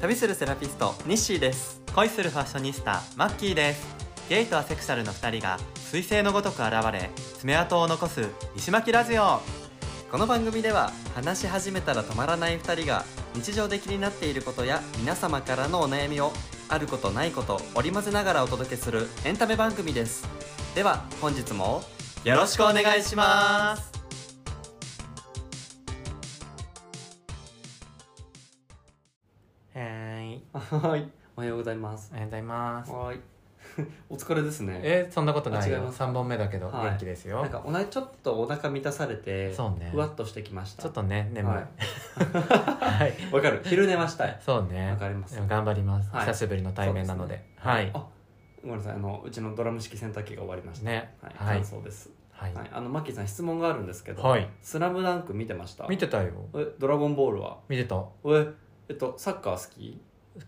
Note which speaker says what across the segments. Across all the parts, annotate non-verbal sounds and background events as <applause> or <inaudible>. Speaker 1: 旅するセラピストニッシーです
Speaker 2: 恋するファッショニスタマッキーですゲイとアセクシャルの2人が彗星のごとく現れ爪痕を残す西巻ラジオ
Speaker 1: この番組では話し始めたら止まらない2人が日常で気になっていることや皆様からのお悩みをあることないこと織り交ぜながらお届けするエンタメ番組ですでは本日も
Speaker 2: よろしくお願いします
Speaker 1: はい
Speaker 2: はい
Speaker 1: おはようございます
Speaker 2: おはようございます
Speaker 1: はいお疲れですね
Speaker 2: えそんなことない
Speaker 1: あ違い
Speaker 2: よ
Speaker 1: ます
Speaker 2: 3本目だけど
Speaker 1: はい
Speaker 2: 元気ですよ、
Speaker 1: なんかおなちょっとお腹満たされて
Speaker 2: そうね
Speaker 1: ふわっとしてきました
Speaker 2: ちょっとね眠い
Speaker 1: は
Speaker 2: はいい、はい、
Speaker 1: わか
Speaker 2: <laughs>
Speaker 1: る昼寝はしたい
Speaker 2: そうね
Speaker 1: わかります
Speaker 2: でも頑張ります、
Speaker 1: はい
Speaker 2: 久しぶりの対面なので
Speaker 1: そうすね
Speaker 2: はい
Speaker 1: あごめんなさいあのうちのドラム式洗濯機が終わりました
Speaker 2: ね
Speaker 1: はい、
Speaker 2: はい
Speaker 1: 感想です、
Speaker 2: はい、
Speaker 1: はい、あのマッキーさん質問があるんですけど「
Speaker 2: はい
Speaker 1: スラムダンク見てました
Speaker 2: 見てたよ
Speaker 1: えドラゴンボールは
Speaker 2: 見てた
Speaker 1: ええっとサッカー好き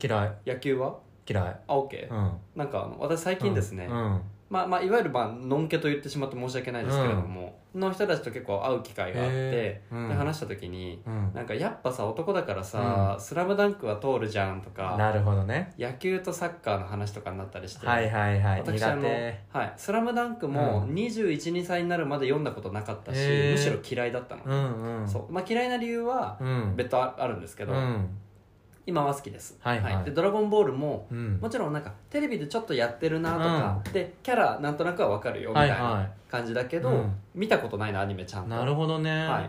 Speaker 2: 嫌い
Speaker 1: 野球は
Speaker 2: 嫌い
Speaker 1: あ OK、
Speaker 2: うん
Speaker 1: なんかあの私最近ですね、
Speaker 2: うん
Speaker 1: まあまあ、いわゆる、まあのんけと言ってしまって申し訳ないですけれども、の人たちと結構会う機会があって
Speaker 2: へ、ーうん
Speaker 1: で話した時に
Speaker 2: うん
Speaker 1: なんかやっぱさ男だからさ「スラムダンクは通るじゃんとか
Speaker 2: なるほどね
Speaker 1: 野球とサッカーの話とかになったりして、
Speaker 2: はいはいはい苦
Speaker 1: 私あの
Speaker 2: 手
Speaker 1: はい、スラムダンクも
Speaker 2: うん
Speaker 1: 212歳になるまで読んだことなかったし、
Speaker 2: へー
Speaker 1: むしろ嫌いだったの、
Speaker 2: うんうん
Speaker 1: そうまあ、嫌いな理由は
Speaker 2: うん
Speaker 1: 別途あるんですけど、
Speaker 2: うん
Speaker 1: 今は好きです、
Speaker 2: はいはい
Speaker 1: でドラゴンボールも
Speaker 2: うん
Speaker 1: もちろんなんかテレビでちょっとやってるなとか、でキャラなんとなくは分かるよみたい
Speaker 2: はいは
Speaker 1: ない感じだけど、
Speaker 2: うん
Speaker 1: 見たことないなアニメちゃんと
Speaker 2: なるほどね
Speaker 1: は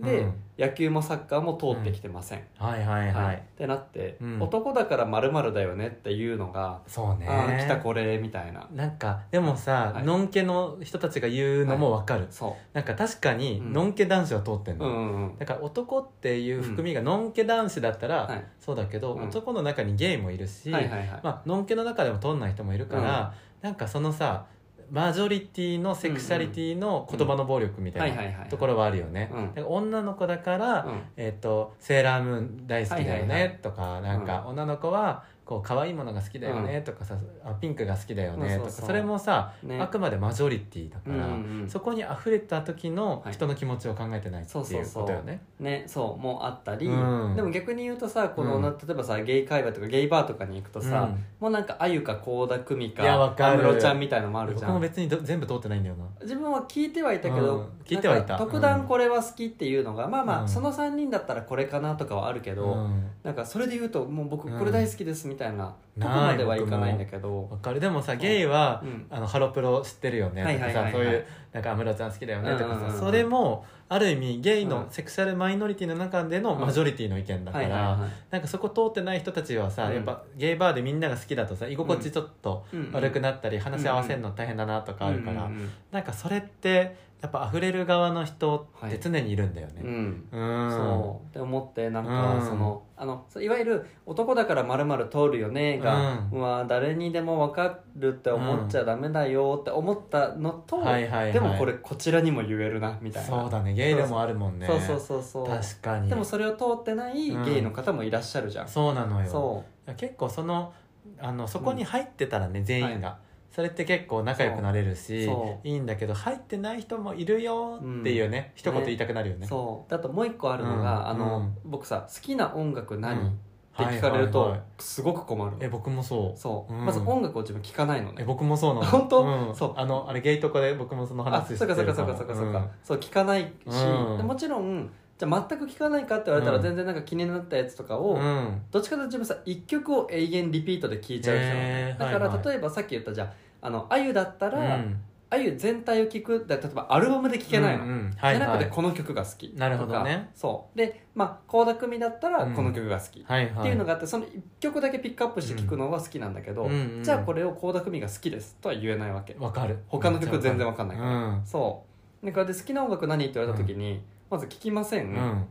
Speaker 1: い、で、
Speaker 2: うん
Speaker 1: 野球もサッカーも通ってきてません、
Speaker 2: はいはい
Speaker 1: は、
Speaker 2: はい
Speaker 1: っ
Speaker 2: い
Speaker 1: てなって、
Speaker 2: うん
Speaker 1: 男だから〇〇だよねっていうのが、
Speaker 2: そう
Speaker 1: ああー来た
Speaker 2: ね
Speaker 1: これみたいな
Speaker 2: なんかでもさ
Speaker 1: はい
Speaker 2: のんけの人たちが言うのもわかる
Speaker 1: そ
Speaker 2: なんか確かに
Speaker 1: うん
Speaker 2: のんけ男子は通ってん
Speaker 1: ううん
Speaker 2: の
Speaker 1: うんうん
Speaker 2: だから男っていう含みがのんけ男子だった
Speaker 1: は
Speaker 2: ら
Speaker 1: い
Speaker 2: そうだけど
Speaker 1: うん
Speaker 2: 男の中にゲイもいるし
Speaker 1: はいはいはい、
Speaker 2: まあのんけの中でも通んない人もいるからなんかそのさマジョリティのセクシャリティの言葉の暴力みたい
Speaker 1: はいはいは
Speaker 2: ないところはあるよね
Speaker 1: うん
Speaker 2: だから女の子だから
Speaker 1: うん
Speaker 2: えっとセーラームーン大好きだよ
Speaker 1: はいはいは
Speaker 2: ねとかなんか女の子はこう可愛いものが好きだよねとかさあピンクが好きだよねと
Speaker 1: そう
Speaker 2: か
Speaker 1: そうそう
Speaker 2: それもさ
Speaker 1: ね
Speaker 2: あくまでマジョリティだか
Speaker 1: うんう
Speaker 2: ら
Speaker 1: んうん
Speaker 2: そこに溢れた時の人の気持ちを考えてないって
Speaker 1: そうそ
Speaker 2: いうう
Speaker 1: そう
Speaker 2: ことよね。
Speaker 1: ねそうもうあったり、
Speaker 2: うん
Speaker 1: でも逆に言うとさこの、
Speaker 2: うん
Speaker 1: な例えばさゲイ会話とかゲイバーとかに行くとさ、
Speaker 2: うん
Speaker 1: もうなんかあゆか倖田來未
Speaker 2: いやわ
Speaker 1: か
Speaker 2: かる
Speaker 1: 安室ちゃんみたいのもあるじ
Speaker 2: 僕
Speaker 1: ゃ
Speaker 2: も
Speaker 1: ん
Speaker 2: 別にど全部通ってないんだよな。
Speaker 1: 自分は聞いてはいたけど、
Speaker 2: うん聞いてはい
Speaker 1: な
Speaker 2: た
Speaker 1: んか特
Speaker 2: う
Speaker 1: 段
Speaker 2: ん
Speaker 1: これは好きっていうのが、まあまあ、
Speaker 2: うん
Speaker 1: その3人だったらこれかなとかはあるけど、
Speaker 2: うん
Speaker 1: なんかそれで言うともう僕
Speaker 2: うん
Speaker 1: これ大好きですみたいな、と
Speaker 2: ない
Speaker 1: こまではいかないんだけど、
Speaker 2: わかるでもさゲイは、
Speaker 1: うん
Speaker 2: あのハロプロ知ってるよね
Speaker 1: はい
Speaker 2: と
Speaker 1: は
Speaker 2: か
Speaker 1: いはいは
Speaker 2: さ
Speaker 1: い
Speaker 2: そういうなんか安室ちゃん好きだよねとか
Speaker 1: うんうんうんうん
Speaker 2: さそれもある意味ゲイ
Speaker 1: う
Speaker 2: の
Speaker 1: ん
Speaker 2: セクシャルマイノリティの中でのマジョリティの意見だか
Speaker 1: はいはいは
Speaker 2: らなんかそこ通ってない人たちはさ
Speaker 1: うん
Speaker 2: やっぱゲイバーでみんなが好きだとさ居心地ちょっと
Speaker 1: い、うん
Speaker 2: 悪くなったり話し合わせるの大変だなとかあるから
Speaker 1: うん
Speaker 2: なんかそれってやっぱ溢れる側の人っ
Speaker 1: はい
Speaker 2: て常にいるんだよ
Speaker 1: うんうん
Speaker 2: ね。
Speaker 1: うん
Speaker 2: うーん
Speaker 1: そうって思ってなんか
Speaker 2: うん
Speaker 1: その,、あのそういわゆる「男だからまる通るよね」が、う
Speaker 2: うん
Speaker 1: わ誰にでも分かるって思っちゃダメだよって思ったのと、
Speaker 2: はいはいはい
Speaker 1: でもこれこちらにも言えるなみたいな
Speaker 2: そうだねゲイでもあるもんね
Speaker 1: そうそうそうそう
Speaker 2: 確かに
Speaker 1: でもそれを通ってないゲイの方もいらっしゃるじゃん、
Speaker 2: そうなのよ
Speaker 1: そ
Speaker 2: いや結構そのあのそこに入ってたらね、全員が、それって結構仲良くなれるし
Speaker 1: そ
Speaker 2: いいんだけど入ってない人もいるよっていうね、一言言いたくなるよ
Speaker 1: う、
Speaker 2: ね
Speaker 1: そうだともう一個あるのが、
Speaker 2: うん
Speaker 1: あの
Speaker 2: うん
Speaker 1: 僕さ「好きな音楽何
Speaker 2: うん
Speaker 1: って聞かれると、
Speaker 2: はいはいはい
Speaker 1: すごく困る
Speaker 2: え僕もそう
Speaker 1: そう、
Speaker 2: うん
Speaker 1: まず音楽を自分聞かないのね
Speaker 2: え僕もそうなの
Speaker 1: 本当
Speaker 2: うん、
Speaker 1: そう
Speaker 2: あのあれゲイとかで僕もその
Speaker 1: あ
Speaker 2: 話
Speaker 1: そうかそうかそう
Speaker 2: も
Speaker 1: かそうかそうか、そう聞かないし、
Speaker 2: うん
Speaker 1: でもちろんじゃあ全く聞かないかって言われたら
Speaker 2: うん
Speaker 1: 全然なんか気になったやつとか
Speaker 2: う
Speaker 1: を、
Speaker 2: ん、うん
Speaker 1: どっちかというと自分さ1曲を永遠リピートで聴いちゃう人なのね
Speaker 2: へー
Speaker 1: だから、
Speaker 2: はいはい
Speaker 1: 例えばさっき言ったじゃああのあゆだった
Speaker 2: う
Speaker 1: ら
Speaker 2: ん
Speaker 1: あゆ、全体を聞くだ例えばアルバムで聴けないの、
Speaker 2: うんうんはい
Speaker 1: じゃな
Speaker 2: は
Speaker 1: くて
Speaker 2: い
Speaker 1: この曲が好きとか
Speaker 2: なるほどね
Speaker 1: そうでまあ倖田來未だったら
Speaker 2: うん
Speaker 1: この曲が好き、
Speaker 2: はいはい
Speaker 1: っていうのがあってその1曲だけピックアップして聴くのは好きなんだけど、
Speaker 2: うんうん
Speaker 1: じゃあこれを倖田來未が好きですとは言えないわけ
Speaker 2: わかる
Speaker 1: 他の曲全然わかんない
Speaker 2: うん
Speaker 1: からそうなんかで好きな音楽何って言われた時に、まず聞きませ、
Speaker 2: うんん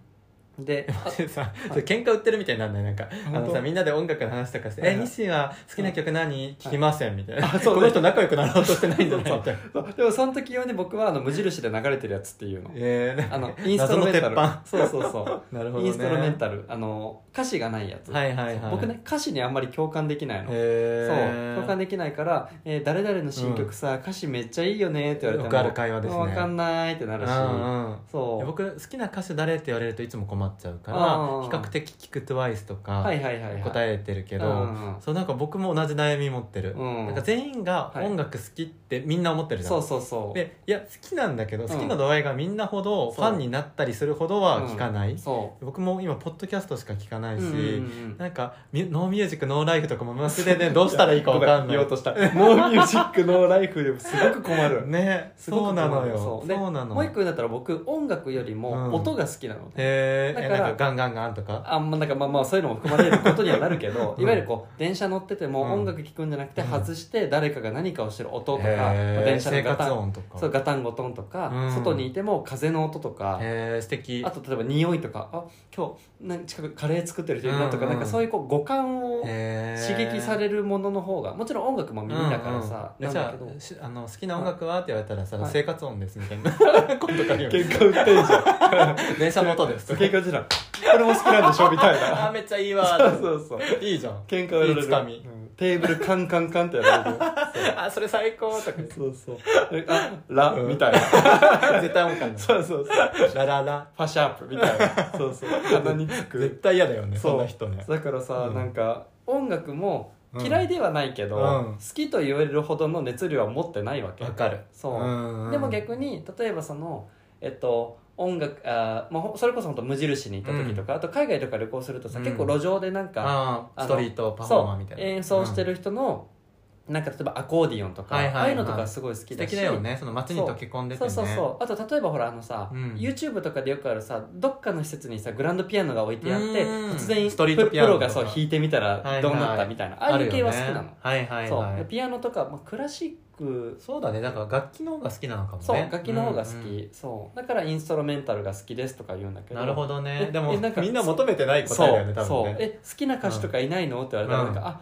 Speaker 1: で
Speaker 2: えマジでさそれ喧嘩売ってるみたいになんないなんか <laughs> あ
Speaker 1: 本
Speaker 2: の
Speaker 1: 当
Speaker 2: さみんなで音楽の話とかして「
Speaker 1: はい
Speaker 2: え
Speaker 1: はい
Speaker 2: 西は好きな曲何聞きません」みたいな
Speaker 1: あ
Speaker 2: <laughs> 「
Speaker 1: そうね
Speaker 2: この人仲良くなろうとしてないんじゃない?」みたいな
Speaker 1: そうでもその時用に僕はあの無印で流れてるやつっていう
Speaker 2: <laughs>
Speaker 1: の
Speaker 2: えーなんか
Speaker 1: あのインストロメンタル
Speaker 2: 謎の鉄
Speaker 1: そうそうそ
Speaker 2: <laughs> なる
Speaker 1: う、
Speaker 2: ほどね
Speaker 1: インストロメンタルあの歌詞がないやつ、
Speaker 2: はいはいはい
Speaker 1: 僕ね歌詞にあんまり共感できないの、
Speaker 2: へ
Speaker 1: そう
Speaker 2: ー
Speaker 1: 共感できないから「えー誰々の新曲さ、歌詞めっちゃいいよね」って言われても
Speaker 2: よくある会話ですね
Speaker 1: 分かんないってなるし、
Speaker 2: うんうんい
Speaker 1: そ
Speaker 2: や
Speaker 1: う
Speaker 2: 僕好きな歌手誰って言われるといつも困っっちゃうから
Speaker 1: うん
Speaker 2: 比較的聞く TWICE とか
Speaker 1: いはいはい、はい、え
Speaker 2: 答えてるけ
Speaker 1: け
Speaker 2: ど、そうなんか僕も同じ悩み持ってる、
Speaker 1: うん
Speaker 2: なんか全員が
Speaker 1: はい
Speaker 2: 音楽好きってみんな思ってるじゃん、
Speaker 1: そうそうそう
Speaker 2: でいや好きなんだけど
Speaker 1: うん
Speaker 2: 好きな度合いがみんなほど
Speaker 1: そう
Speaker 2: ファンになったりするほどは聞かない、
Speaker 1: そ
Speaker 2: 僕も今ポッドキャストしか聞かな
Speaker 1: う
Speaker 2: いし、
Speaker 1: うんうん
Speaker 2: なんかミュノーミュージックノーライフとかもマジでねどうしたらいいか分かんな
Speaker 1: <laughs> ごめ
Speaker 2: い
Speaker 1: 言おうとしたノーミュージックノーライフですごく困る
Speaker 2: ね
Speaker 1: すご
Speaker 2: そ
Speaker 1: く困
Speaker 2: うな
Speaker 1: る
Speaker 2: のよ
Speaker 1: そ
Speaker 2: そうう
Speaker 1: で
Speaker 2: なの
Speaker 1: もう一個だったら僕音楽よりも音が好きなの、で
Speaker 2: へーえ
Speaker 1: だから
Speaker 2: なんかガンガンガンとか
Speaker 1: あんまなんかまあまあそういうのも含まれることにはなるけど、
Speaker 2: うん
Speaker 1: いわゆるこう電車乗ってても
Speaker 2: うん
Speaker 1: 音楽聴くんじゃなくて
Speaker 2: うん
Speaker 1: 外して誰かが何かをしてる音とか、
Speaker 2: へー
Speaker 1: 電車の
Speaker 2: 生
Speaker 1: ガタ
Speaker 2: 活
Speaker 1: ン
Speaker 2: 音とか
Speaker 1: そうガタンゴトンとか、
Speaker 2: うん
Speaker 1: 外にいても風の音とか、
Speaker 2: へー素敵
Speaker 1: あと例えば匂いとかあ今日なんか近くカレー作ってる人いるなとか、
Speaker 2: うんうん
Speaker 1: なんかそういうこう五感を刺
Speaker 2: 刺
Speaker 1: 激さ
Speaker 2: る
Speaker 1: れるものの方がもちろん音楽も耳だからさ、
Speaker 2: うんうん、じ
Speaker 1: なんだ
Speaker 2: ゃ
Speaker 1: けど
Speaker 2: あしあの好きな音楽はって言われたらさ、
Speaker 1: はい
Speaker 2: 生活音ですみ
Speaker 1: <laughs>
Speaker 2: たいな今度から
Speaker 1: 喧嘩売ってんじゃん
Speaker 2: 電車の音です
Speaker 1: 喧嘩じゃんこれも好きなんでしょみたい
Speaker 2: <laughs> あ
Speaker 1: な
Speaker 2: ーめっちゃいい
Speaker 1: そ
Speaker 2: わ
Speaker 1: うそうそう
Speaker 2: いいじゃん
Speaker 1: 喧嘩売られる
Speaker 2: いいつかみ
Speaker 1: うんテーブルカンカンカンってやられる
Speaker 2: あそれ最高とか
Speaker 1: そうそう。あ、ラ、
Speaker 2: うん
Speaker 1: みたいな。
Speaker 2: 絶対音感だ
Speaker 1: そうそうそう。
Speaker 2: ラララ
Speaker 1: ファシャープみたいな。そうそう。鼻につ
Speaker 2: 絶
Speaker 1: く。
Speaker 2: 対嫌だよね
Speaker 1: そう
Speaker 2: そんな人ね
Speaker 1: だからさ、
Speaker 2: うん
Speaker 1: なんか音楽も嫌いではないけど、
Speaker 2: うん
Speaker 1: 好きと言えるほどの熱量は持ってないわけ。
Speaker 2: わかる
Speaker 1: そう、
Speaker 2: んん
Speaker 1: でも逆に例えばそのえっと音楽あー、まあ、ほそれこそ本当無印に行った時とか、あと海外とか旅行するとさ、
Speaker 2: うん
Speaker 1: 結構路上でなんか、
Speaker 2: あ
Speaker 1: あ
Speaker 2: ー
Speaker 1: の
Speaker 2: ストリートパフォーマー
Speaker 1: そ
Speaker 2: み
Speaker 1: う
Speaker 2: たいな
Speaker 1: 演奏して
Speaker 2: うん
Speaker 1: る人の、なんか例えばアコーディオンとか、
Speaker 2: はいはいはい
Speaker 1: ああいうのとかすごい好き
Speaker 2: 素
Speaker 1: だし
Speaker 2: 敵だよねその街に溶け込んでて
Speaker 1: そう
Speaker 2: ね
Speaker 1: そうそうあと例えばほらあのさ、
Speaker 2: うん
Speaker 1: YouTube とかでよくあるさどっかの施設にさグランドピアノが置いてあって
Speaker 2: うん
Speaker 1: 突然
Speaker 2: ストリートピアノ
Speaker 1: プロ
Speaker 2: とか
Speaker 1: がそう弾いてみた
Speaker 2: はいは
Speaker 1: ら
Speaker 2: い
Speaker 1: どうなったみたいな、ああいう系は好きなの、
Speaker 2: あるよねはいはい
Speaker 1: そう
Speaker 2: は
Speaker 1: で
Speaker 2: い
Speaker 1: ピアノとか、まあ、クラシック
Speaker 2: そうだねだから楽器の方が好きなのかもね
Speaker 1: そう、楽器の方が好き、
Speaker 2: うんうん
Speaker 1: そうだからインストロメンタルが好きですとか言うんだけど
Speaker 2: なるほどね
Speaker 1: え
Speaker 2: でも
Speaker 1: えなんか
Speaker 2: みんな求めてない答
Speaker 1: そ
Speaker 2: え
Speaker 1: う
Speaker 2: だよね多
Speaker 1: そう
Speaker 2: 分ね
Speaker 1: え好きな歌手とかいないの、って言われたらなんか、
Speaker 2: うん
Speaker 1: ああ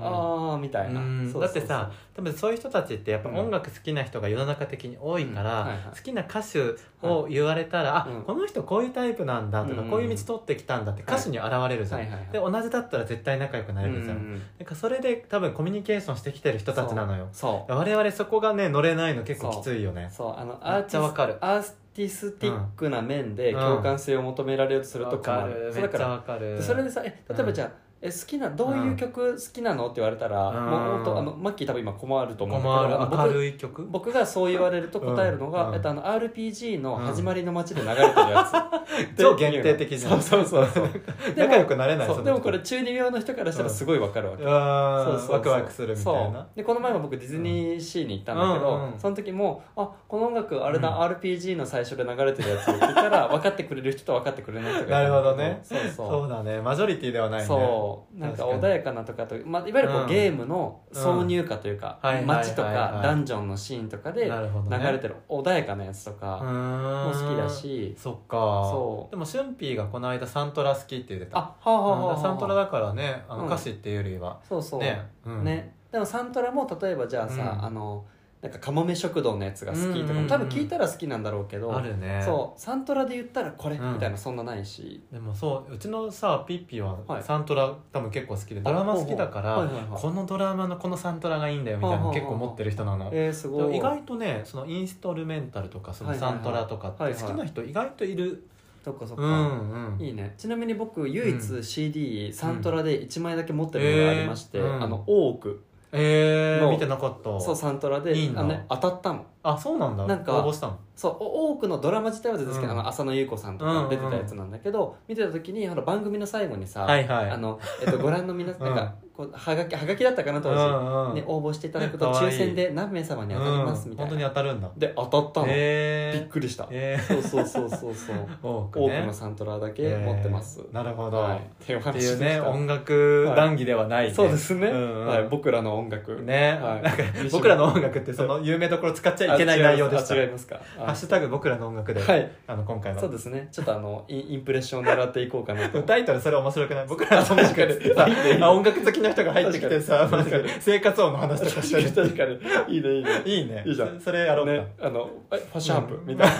Speaker 1: あーみたいな、
Speaker 2: うん
Speaker 1: そうそうそう
Speaker 2: だってさ多分そういう人たちってやっぱ
Speaker 1: うん
Speaker 2: 音楽好きな人が世の中的に多いから、
Speaker 1: うんはいはい
Speaker 2: 好きな歌手を言われたら、
Speaker 1: はい
Speaker 2: あ、
Speaker 1: うん
Speaker 2: この人こういうタイプなんだとか、
Speaker 1: うん
Speaker 2: こういう道取ってきたんだって歌手に現れるじゃん、
Speaker 1: はいはいはい
Speaker 2: で同じだったら絶対仲良くなれるじゃん、
Speaker 1: うんうん
Speaker 2: なんかそれで多分コミュニケーションしてきてる人たちなのよ
Speaker 1: そう
Speaker 2: 我々そこがね乗れないの結構きついよね
Speaker 1: そうあの
Speaker 2: めっちゃわかる
Speaker 1: アーティスティックな面で共感性を求められようとすると
Speaker 2: わか
Speaker 1: 困る、
Speaker 2: る
Speaker 1: そう
Speaker 2: め
Speaker 1: だ
Speaker 2: っ
Speaker 1: か
Speaker 2: ち
Speaker 1: ら
Speaker 2: ゃわかる
Speaker 1: それでさえ例えばじゃあ、え好きなどういう曲好きなのって言われたら、
Speaker 2: うん
Speaker 1: もう本当あのマッキー多分今困ると思うんだ
Speaker 2: 困
Speaker 1: けど
Speaker 2: る
Speaker 1: あの
Speaker 2: 明
Speaker 1: 僕
Speaker 2: るい曲
Speaker 1: 僕がそう言われると答えるのが、
Speaker 2: うんうん
Speaker 1: えっと、あの RPG の
Speaker 2: うん
Speaker 1: 始まりの街で流れてる
Speaker 2: <laughs>
Speaker 1: やつ
Speaker 2: 超限定的じゃん
Speaker 1: そうそうそうそうでも
Speaker 2: <laughs> 仲良くなれない
Speaker 1: そう
Speaker 2: その人
Speaker 1: でもこれ中二病の人からしたらすごいわかるわけ、 <laughs>
Speaker 2: あ
Speaker 1: そう
Speaker 2: ー
Speaker 1: そうそう
Speaker 2: ワクワクするみたいな
Speaker 1: そうでこの前も僕ディズニーシーに行ったんだけど、
Speaker 2: うんうん
Speaker 1: その時も「あこの音楽あれだ、
Speaker 2: うん
Speaker 1: RPG の最初で流れてるやつ」って言ったら分かってくれる人と分かってくれない人がい
Speaker 2: なるほどね
Speaker 1: そうそう
Speaker 2: そうだねマジョリティではないね
Speaker 1: そうなんか
Speaker 2: 確かに
Speaker 1: 穏やかなとかと、まあ、いわゆるこう、
Speaker 2: うん
Speaker 1: ゲームの挿入歌というか、
Speaker 2: うんはいはいはいはい
Speaker 1: 街とかダンジョンのシーンとかで
Speaker 2: なるほどね
Speaker 1: 流れてる穏やかなやつと
Speaker 2: う
Speaker 1: か
Speaker 2: ーん
Speaker 1: も好きだし、
Speaker 2: そっか
Speaker 1: そう
Speaker 2: でもシュンピーがこの間サントラ好きって言ってた
Speaker 1: あはあはあはあ
Speaker 2: うんサントラだからねあ
Speaker 1: うん
Speaker 2: の歌詞っていうよりは、
Speaker 1: そうそう、
Speaker 2: ね,、うん、
Speaker 1: ね、でもサントラも例えばじゃあさ、
Speaker 2: うん
Speaker 1: あのなんかカモメ食堂のやつが好きとか、
Speaker 2: うんうんうん
Speaker 1: 多分聞いたら好きなんだろうけど
Speaker 2: あるね
Speaker 1: そうサントラで言ったらこれ、
Speaker 2: うん
Speaker 1: みたいなそんなないし
Speaker 2: でもそううちのさピッピは
Speaker 1: はい
Speaker 2: サントラ多分結構好きで、ドラマ好きだから、
Speaker 1: ほうほうはいはいはい
Speaker 2: このドラマのこのサントラがいいんだよみたいな
Speaker 1: ほうほうほう
Speaker 2: の結構持ってる人なの、
Speaker 1: えー、す
Speaker 2: で
Speaker 1: ご
Speaker 2: も
Speaker 1: い
Speaker 2: 意外とねそのインストルメンタルとかその
Speaker 1: はいはいは
Speaker 2: サ
Speaker 1: い
Speaker 2: ントラとかって好きな人意外といる、
Speaker 1: そっかそっ
Speaker 2: う
Speaker 1: か、
Speaker 2: んうん
Speaker 1: いいねちなみに僕唯
Speaker 2: う
Speaker 1: 一 CD サントラで1枚だけ持ってるのがありまして、
Speaker 2: えーうん
Speaker 1: あの大奥
Speaker 2: え
Speaker 1: の
Speaker 2: ー、見てなかった
Speaker 1: そうサントラで
Speaker 2: いいんだ
Speaker 1: あのね、当たったの
Speaker 2: あそうなんだ
Speaker 1: なんか
Speaker 2: 応募したの
Speaker 1: そうお多くのドラマ自体は全然好きな、
Speaker 2: うん
Speaker 1: あの浅野ゆう子さんとか出てたやつなんだけど、見てた時にあの番組の最後にさ、
Speaker 2: はいはい
Speaker 1: あのえっと、ご覧の皆さんなんかこうはがきはがきだったかな当時、
Speaker 2: うんうん
Speaker 1: ね、応募していただく
Speaker 2: ね
Speaker 1: と
Speaker 2: かわいい
Speaker 1: 抽選で何名様に当たりますみたいな、
Speaker 2: うん、本当に当たるんだ
Speaker 1: で当たったの、
Speaker 2: え
Speaker 1: びっくりした、
Speaker 2: え
Speaker 1: <laughs> そうそうそうそうそう
Speaker 2: <laughs> ー、多く
Speaker 1: 多く
Speaker 2: ね
Speaker 1: のサントラだけ持ってます、
Speaker 2: えーなるほど、
Speaker 1: はい、っていうお
Speaker 2: って
Speaker 1: 話で
Speaker 2: い
Speaker 1: し
Speaker 2: う
Speaker 1: た
Speaker 2: ね音楽談義ではない、
Speaker 1: そうですね、
Speaker 2: うんうん
Speaker 1: はい、僕らの音楽
Speaker 2: ね、
Speaker 1: はい
Speaker 2: なんか僕らの音楽ってその有名どころ使っちゃいけない内容でした
Speaker 1: あ違いますか
Speaker 2: ハッシュタグ僕らの音楽で、
Speaker 1: はい
Speaker 2: あの今回は
Speaker 1: そうですねちょっとあのインインプレッションを狙っていこうかなと
Speaker 2: タイトルそれ面白くない僕らの音楽って
Speaker 1: <laughs> 確かに
Speaker 2: さあ音楽好きな人が入ってきてさ
Speaker 1: 確か
Speaker 2: マ
Speaker 1: に
Speaker 2: ジで生活音の話とかして
Speaker 1: <laughs> 確
Speaker 2: る
Speaker 1: かにいいねいいね
Speaker 2: いいね
Speaker 1: いいじゃん
Speaker 2: そそれやろうか、
Speaker 1: ね、あのえファッションアップみたいな、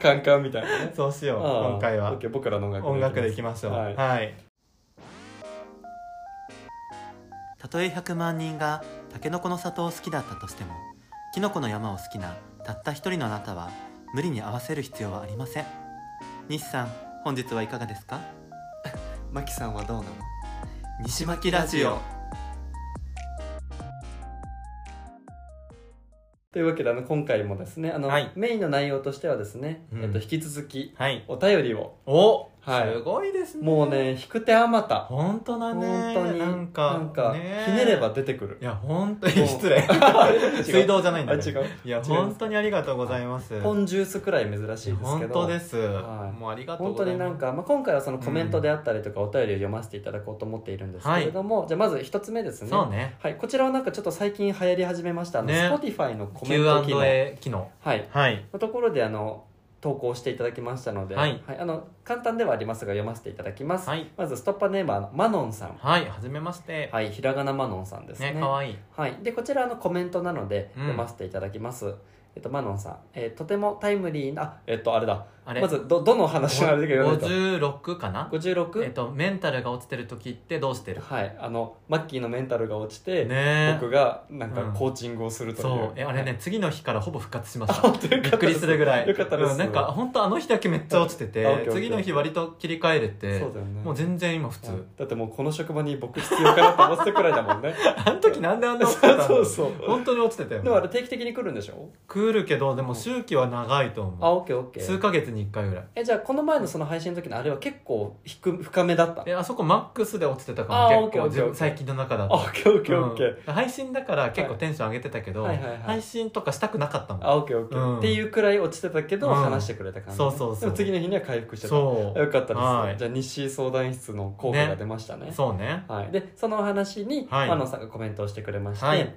Speaker 1: カンカンみたいなね
Speaker 2: そうしよう
Speaker 1: ああ
Speaker 2: 今回は
Speaker 1: OK 僕らの音楽
Speaker 2: 音楽でいきましょう
Speaker 1: はい
Speaker 2: はい
Speaker 3: たとえ100万人がタケノコの里を好きだったとしてもキノコの山を好きなたった一人のあなたは無理に合わせる必要はありません日産本日はいかがですか
Speaker 1: マキさんはどうなの
Speaker 2: 西巻ラジオ
Speaker 1: というわけであの今回もですねあの、
Speaker 2: はい
Speaker 1: メインの内容としてはですね、
Speaker 2: うん
Speaker 1: えっと、引き続き
Speaker 2: はい
Speaker 1: お便りを
Speaker 2: お、
Speaker 1: はい
Speaker 2: すごいですね
Speaker 1: もうね引く手あまた
Speaker 2: 本当だ
Speaker 1: 本
Speaker 2: ね
Speaker 1: 当に
Speaker 2: なんか
Speaker 1: なんか
Speaker 2: ね
Speaker 1: ひねれば出てくる
Speaker 2: いや本当に
Speaker 1: もう
Speaker 2: 失礼
Speaker 1: う
Speaker 2: 水道じゃないん
Speaker 1: あ
Speaker 2: だ、
Speaker 1: <laughs> 違
Speaker 2: ね、
Speaker 1: う
Speaker 2: いや
Speaker 1: 違います
Speaker 2: 本当にありがとうございます
Speaker 1: ポンジュースくらい珍しいですけど
Speaker 2: 本当です、
Speaker 1: はい
Speaker 2: もうありがとう
Speaker 1: 本
Speaker 2: ご
Speaker 1: 当
Speaker 2: ざい
Speaker 1: にな
Speaker 2: ます
Speaker 1: んか、まあ、今回はそのコメントであったりとかお便りを読ませていただこうと思っているんですけれども、じゃあまず一つ目ですね
Speaker 2: そうね
Speaker 1: はい、こちらはなんかちょっと最近流行り始めましたあの、
Speaker 2: ね
Speaker 1: Spotify のコメント機能、
Speaker 2: Q&A 機能
Speaker 1: はい、
Speaker 2: はい
Speaker 1: のところであの投稿していただきましたので、
Speaker 2: はい
Speaker 1: あの簡単ではありますが読ませていただきます、
Speaker 2: はい
Speaker 1: まずストッパーネームはあのマノンさん
Speaker 2: はいはじめまして
Speaker 1: はいひらがなマノンさんですね
Speaker 2: ね可愛い
Speaker 1: はい、でこちらあのコメントなので
Speaker 2: うん
Speaker 1: 読ませていただきます、えっと、マノンさん、えーとてもタイムリーなあえっとあれだ
Speaker 2: あれ
Speaker 1: まずどどの話があれだけど
Speaker 2: 56かな
Speaker 1: 56?
Speaker 2: えっとメンタルが落ちてる時ってどうしてる
Speaker 1: はい、あのマッキーのメンタルが落ちて、
Speaker 2: ね
Speaker 1: 僕がなん
Speaker 2: う
Speaker 1: か
Speaker 2: ん
Speaker 1: コーチングをするという、
Speaker 2: そうえあれね次の日からほぼ復活しました
Speaker 1: あ本当よ
Speaker 2: び
Speaker 1: かで
Speaker 2: った
Speaker 1: す
Speaker 2: くりするぐらい
Speaker 1: よかったです、
Speaker 2: うんなんか本当あの日だけめっちゃ落ちて
Speaker 1: あオッケーオッケ
Speaker 2: て
Speaker 1: ー
Speaker 2: 次の日割と切り替えれて
Speaker 1: そうだよね
Speaker 2: もう全然今普
Speaker 1: はい <laughs>
Speaker 2: 通
Speaker 1: だってもうこの職場に僕必要かなと思ってたくらいだもんね
Speaker 2: あの時なんであんな落ちてたん
Speaker 1: <laughs>
Speaker 2: だ
Speaker 1: そ
Speaker 2: ろ
Speaker 1: う
Speaker 2: う
Speaker 1: そう <laughs>
Speaker 2: 本当に落ちてたよ
Speaker 1: でもあれ定期的に来るんでしょ
Speaker 2: 来るけどでも周期は長いと
Speaker 1: あ
Speaker 2: 思
Speaker 1: オッケーオッ
Speaker 2: う
Speaker 1: ケ
Speaker 2: 数
Speaker 1: ー
Speaker 2: ヶ月に1回ぐらい
Speaker 1: えじゃあこの前のその配信の時のあれは結構低く深めだった
Speaker 2: であそこマックスで落ちてた
Speaker 1: あ
Speaker 2: かも
Speaker 1: オッケ
Speaker 2: 結
Speaker 1: ー
Speaker 2: 構
Speaker 1: オッケー
Speaker 2: 自分最近の中だ
Speaker 1: あオ
Speaker 2: と
Speaker 1: ッケーオッケー
Speaker 2: うん
Speaker 1: オッケー
Speaker 2: 配信だから結構テンション上げてたけど
Speaker 1: はいはいはいはい
Speaker 2: 配信とかしたくなかったもん
Speaker 1: あオッケーオッケー、
Speaker 2: うん
Speaker 1: っていうくらい落ちてたけど、
Speaker 2: うん
Speaker 1: 話してくれた感じ、
Speaker 2: そうそうそう
Speaker 1: でも次の日には回復してたよ
Speaker 2: そ
Speaker 1: かったです、
Speaker 2: はい
Speaker 1: じゃあ日誌相談室の効果が出ましたね
Speaker 2: うそうね
Speaker 1: はい、でそのお話に、
Speaker 2: はい
Speaker 1: マノンさんがコメントをしてくれまして、
Speaker 2: は
Speaker 1: はい
Speaker 2: い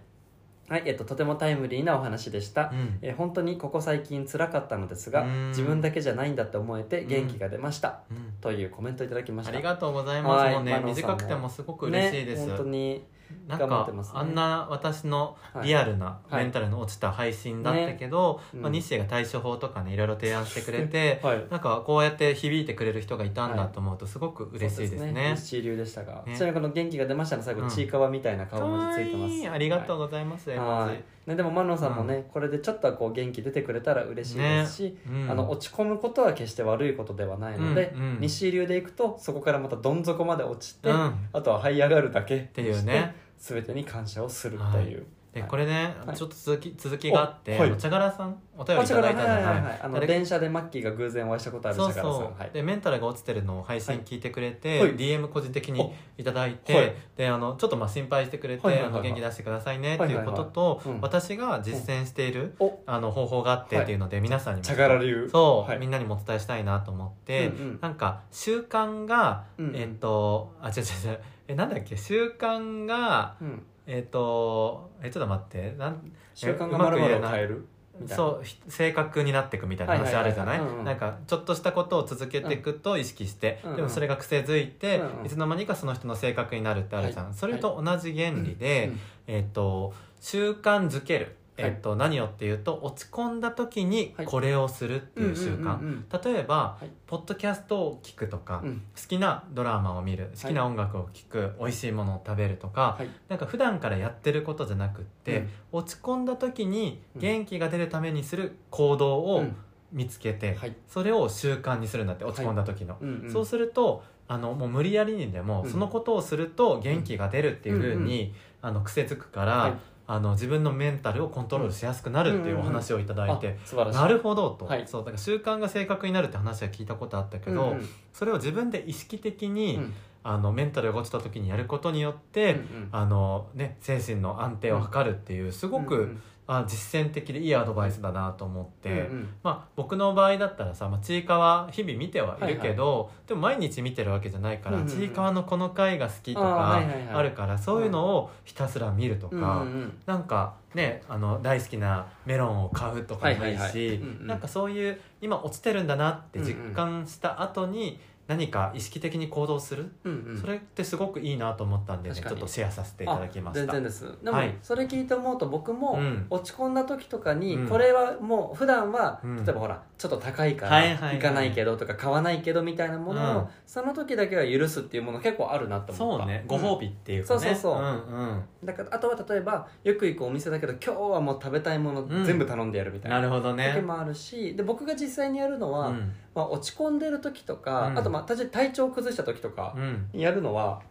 Speaker 1: えっと、とてもタイムリーなお話でした
Speaker 2: う、ん
Speaker 1: えー本当にここ最近辛かったのですが
Speaker 2: うん
Speaker 1: 自分だけじゃないんだって思えて元気が出ました、
Speaker 2: うん
Speaker 1: というコメントいただきまし
Speaker 2: あ
Speaker 1: た
Speaker 2: りがとうございます。
Speaker 1: はい
Speaker 2: もうね、
Speaker 1: マノンさんも
Speaker 2: 短くてもすごく嬉しいです。
Speaker 1: ね、本当に、
Speaker 2: なん
Speaker 1: 頑張って
Speaker 2: か、
Speaker 1: ますね
Speaker 2: あんな私の
Speaker 1: はい
Speaker 2: リアルな
Speaker 1: はい
Speaker 2: メンタルの落ちた配信だったけど、
Speaker 1: ね
Speaker 2: まあ
Speaker 1: うん、
Speaker 2: 日誌が対処法とかね、いろいろ提案してくれ
Speaker 1: <laughs>
Speaker 2: て
Speaker 1: はい
Speaker 2: なんかこうやって響いてくれる人がいたんだと思うとすごく嬉しいです
Speaker 1: そう
Speaker 2: ね。
Speaker 1: 日誌流でしたが、
Speaker 2: ね
Speaker 1: ちなみにこの「元気が出ました」の最後、
Speaker 2: うん
Speaker 1: ちいかわみたいな顔文字ついてます
Speaker 2: かわありがとうございます。絵文
Speaker 1: は
Speaker 2: 字
Speaker 1: い、ね、でもマノンさんもね、これでちょっとはこう元気出てくれたら嬉しいですし、
Speaker 2: うん
Speaker 1: あの落ち込むことは決して悪いことではないので、
Speaker 2: うんうん
Speaker 1: 西流でいくとそこからまたどん底まで落ちて、
Speaker 2: うん
Speaker 1: あとは這い上がるだけって
Speaker 2: いうね
Speaker 1: 全てに感謝をするという、
Speaker 2: でこれね、
Speaker 1: はい
Speaker 2: ちょっと続き続きがあって、
Speaker 1: おはい
Speaker 2: お茶柄さんお便
Speaker 1: こ
Speaker 2: りい
Speaker 1: ち
Speaker 2: た
Speaker 1: らはいは
Speaker 2: だた
Speaker 1: い
Speaker 2: じゃ
Speaker 1: は
Speaker 2: ないい、
Speaker 1: はいあの
Speaker 2: 誰か
Speaker 1: 電車でマッキーが偶然お会いしたことある
Speaker 2: そう
Speaker 1: 坂田さん
Speaker 2: そ
Speaker 1: は
Speaker 2: う
Speaker 1: い
Speaker 2: でメンタルが落ちてるのを配信聞いてくれて、
Speaker 1: はい
Speaker 2: DM 個人的にいただいて、
Speaker 1: はい
Speaker 2: であのちょっとまあ心配してくれて、
Speaker 1: はいはいはい
Speaker 2: あの元気出してくださいねっ
Speaker 1: は
Speaker 2: て
Speaker 1: いはい
Speaker 2: い
Speaker 1: は
Speaker 2: う
Speaker 1: い
Speaker 2: ことと、
Speaker 1: うん
Speaker 2: 私が実践している、
Speaker 1: お
Speaker 2: あの方法があってっていうので、皆さんにも
Speaker 1: 茶柄流
Speaker 2: そう、
Speaker 1: はい
Speaker 2: みんなにもお伝えしたいなと思って、
Speaker 1: うんうん
Speaker 2: なんか習慣が、
Speaker 1: うんうん
Speaker 2: えっとあ違う違う違うえなんだっけ習慣が
Speaker 1: うん、
Speaker 2: えっとえちょっと待ってなん
Speaker 1: 習慣
Speaker 2: う
Speaker 1: が
Speaker 2: ま
Speaker 1: ま
Speaker 2: く
Speaker 1: るま
Speaker 2: 言
Speaker 1: る
Speaker 2: え
Speaker 1: を
Speaker 2: ない
Speaker 1: 変えるみたいな
Speaker 2: そうひ性格になっていくみたいな話あるじゃない
Speaker 1: はいはいはいはいうんうん
Speaker 2: なんかちょっとしたことを続けていくと意識して、
Speaker 1: うんうん
Speaker 2: でもそれが癖づいて、
Speaker 1: うんうん
Speaker 2: いつの間にかその人の性格になるってあるじゃん、
Speaker 1: はい
Speaker 2: それと同じ原理で、
Speaker 1: うん
Speaker 2: えっ、と習慣づける、えっと何をっていうと落ち込んだ時に
Speaker 1: はい
Speaker 2: これをするっていう習慣、
Speaker 1: うんうんうん
Speaker 2: 例えば、
Speaker 1: はい
Speaker 2: ポッドキャストを聞くとか、
Speaker 1: うんうん
Speaker 2: 好きなドラマを見る好きな音楽を聴く、美味しいものを食べるとか、
Speaker 1: はい
Speaker 2: なんか普段からやってることじゃなくって、
Speaker 1: うん
Speaker 2: 落ち込んだ時に元気が出るためにする行動
Speaker 1: う
Speaker 2: を
Speaker 1: ん
Speaker 2: 見つけて、
Speaker 1: はい
Speaker 2: それを習慣にするんだって落ち込んだ時の、
Speaker 1: うんうん
Speaker 2: そうするとあのもう無理やりにでも、
Speaker 1: うん
Speaker 2: そのことをすると元気が出るっていうふうに、あの癖づくから、
Speaker 1: はい
Speaker 2: あの自分のメンタルをコントロールしやすくなるっていうお話をいただいて、
Speaker 1: あ素晴らしい
Speaker 2: なるほどと、
Speaker 1: はい
Speaker 2: そうだから習慣が正確になるって話は聞いたことあったけど、
Speaker 1: うんうん
Speaker 2: それを自分で意識的に、
Speaker 1: うん
Speaker 2: あのメンタルが落ちた時にやることによって、
Speaker 1: うんうん
Speaker 2: あのね、精神の安定を図るっていうすごく、
Speaker 1: うんうん
Speaker 2: あ実践的でいいアドバイスだなと思って、
Speaker 1: うんうん
Speaker 2: まあ、僕の場合だったらさ、まあ、ちいかわ日々見てはいるけど、でも毎日見てるわけじゃないから、
Speaker 1: うんうんうん
Speaker 2: ちいかわのこの回が好きと
Speaker 1: あー
Speaker 2: か
Speaker 1: はいはいはい
Speaker 2: あるから、そういうのをひたすら見るとか。
Speaker 1: うんうんうん
Speaker 2: なんかねあの大好きなメロンを買うとかもいい
Speaker 1: はいはいはい
Speaker 2: し
Speaker 1: うんうん
Speaker 2: なんかそういう今落ちてるんだなって実感した後に何か意識的に行動する、
Speaker 1: うんうん
Speaker 2: それってすごくいいなと思ったんでね、
Speaker 1: 確
Speaker 2: ち
Speaker 1: か
Speaker 2: ょ
Speaker 1: に
Speaker 2: っとシェアさせていただきまし
Speaker 1: あ
Speaker 2: た
Speaker 1: 全然ですでも、
Speaker 2: はい
Speaker 1: それ聞いて思うと僕も、
Speaker 2: うん
Speaker 1: 落ち込んだ時とかに、
Speaker 2: うん
Speaker 1: これはもう普段は、
Speaker 2: うん
Speaker 1: 例えばほらちょっと高いか
Speaker 2: はい
Speaker 1: ら
Speaker 2: はいはい
Speaker 1: 行かないけどとか買わないけどみたいなものを、
Speaker 2: うん
Speaker 1: その時だけは許すっていうもの結構あるなって思っ
Speaker 2: そ
Speaker 1: た
Speaker 2: うねご褒美っていうかね、
Speaker 1: そうそうそうん
Speaker 2: うん
Speaker 1: うんだからあとは例えばよく行くお店だけど今日はもう食べたいもの
Speaker 2: うん
Speaker 1: 全部頼んでやるみたい
Speaker 2: な
Speaker 1: な
Speaker 2: るほどね
Speaker 1: 時もあるし、で僕が実際にやるのは、
Speaker 2: うん
Speaker 1: まあ、落ち込んでる時とか、
Speaker 2: うん
Speaker 1: あとまあ体体調崩した時とか
Speaker 2: うん
Speaker 1: やるのは